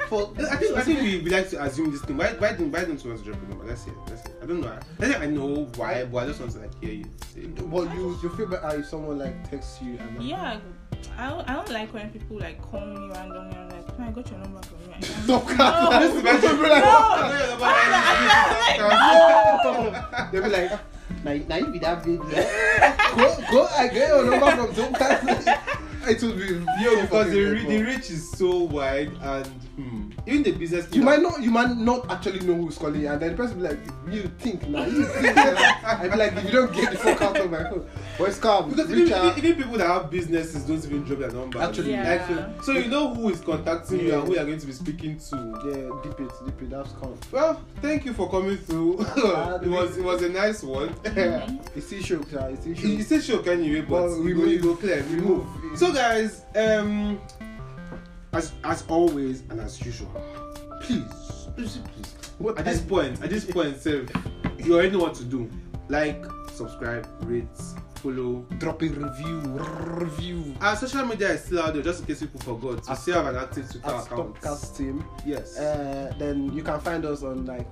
[SPEAKER 3] for I think I think we, we like to assume this thing. Why why don't why don't you want to drop a number? Let's hear. it, Let's hear. it. I don't know. I, I think I know why, but I just want to like hear you say. it.
[SPEAKER 2] Well, you you feel better if someone like texts you and like,
[SPEAKER 4] Yeah, I, don't- I don't like when people like call me randomly. I'm like, "Oh, I got your number from you. I can't-
[SPEAKER 2] no,
[SPEAKER 4] No.
[SPEAKER 2] This is my- they'll be
[SPEAKER 4] No.
[SPEAKER 2] like,
[SPEAKER 4] I feel like,
[SPEAKER 2] they'll be like, now now you be that baby. go go, I get your number from some It will be
[SPEAKER 3] Yo, because the, re- the reach is so wide and hmm, even the business.
[SPEAKER 2] You might not, you might not actually know who's calling you, and then the person be like, "You think now? You think?" Like, I'd be like, "If you don't get the fuck out of my phone, voice calm,
[SPEAKER 3] Because
[SPEAKER 2] reach
[SPEAKER 3] even,
[SPEAKER 2] out."
[SPEAKER 3] even people that have businesses don't even drop their number.
[SPEAKER 2] Actually,
[SPEAKER 4] Yeah.
[SPEAKER 3] Like, so- so you know who is contacting you and who you are going to be speaking to.
[SPEAKER 2] Yeah, deep it, deep it. That's calm.
[SPEAKER 3] Well, thank you for coming through. it was it was a nice one.
[SPEAKER 2] It's still shook, sir. Mm-hmm. It's still
[SPEAKER 3] you
[SPEAKER 2] shook.
[SPEAKER 3] say show can you, but
[SPEAKER 2] Well, we
[SPEAKER 3] we go, you
[SPEAKER 2] move.
[SPEAKER 3] go clear, we
[SPEAKER 2] We
[SPEAKER 3] move.
[SPEAKER 2] move.
[SPEAKER 3] So guys, um, as as always and as usual, please, please, please.
[SPEAKER 2] What
[SPEAKER 3] at this
[SPEAKER 2] I-
[SPEAKER 3] point, at this point, Save, you already know what to do. Like, subscribe, rate, follow.
[SPEAKER 2] Drop a review, review.
[SPEAKER 3] Our social media is still out there, just in case people forgot. We
[SPEAKER 2] At-
[SPEAKER 3] still have an active Twitter
[SPEAKER 2] At
[SPEAKER 3] account.
[SPEAKER 2] Stopcast team.
[SPEAKER 3] Yes.
[SPEAKER 2] Uh, then you can find us on like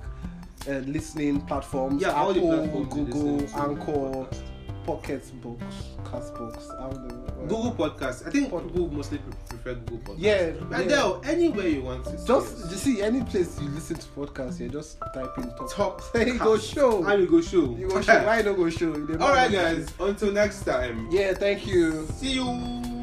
[SPEAKER 2] uh, listening platforms.
[SPEAKER 3] yeah, all the
[SPEAKER 2] Apple,
[SPEAKER 3] platforms. you
[SPEAKER 2] Google,
[SPEAKER 3] listen to
[SPEAKER 2] Anchor,
[SPEAKER 3] podcast.
[SPEAKER 2] Pocket Box, Castbox. I don't know. Uh,
[SPEAKER 3] Google Podcast. I think
[SPEAKER 2] Pod-
[SPEAKER 3] people mostly pre- prefer Google Podcast.
[SPEAKER 2] Yeah,
[SPEAKER 3] And
[SPEAKER 2] yeah.
[SPEAKER 3] now, anywhere you want to.
[SPEAKER 2] Just you see any place you listen to podcasts, you just type in top.
[SPEAKER 3] Top
[SPEAKER 2] There you go show.
[SPEAKER 3] I will go show.
[SPEAKER 2] you go show. Why you don't go show?
[SPEAKER 3] All right, guys. Until next time.
[SPEAKER 2] Yeah, thank you.
[SPEAKER 3] See you.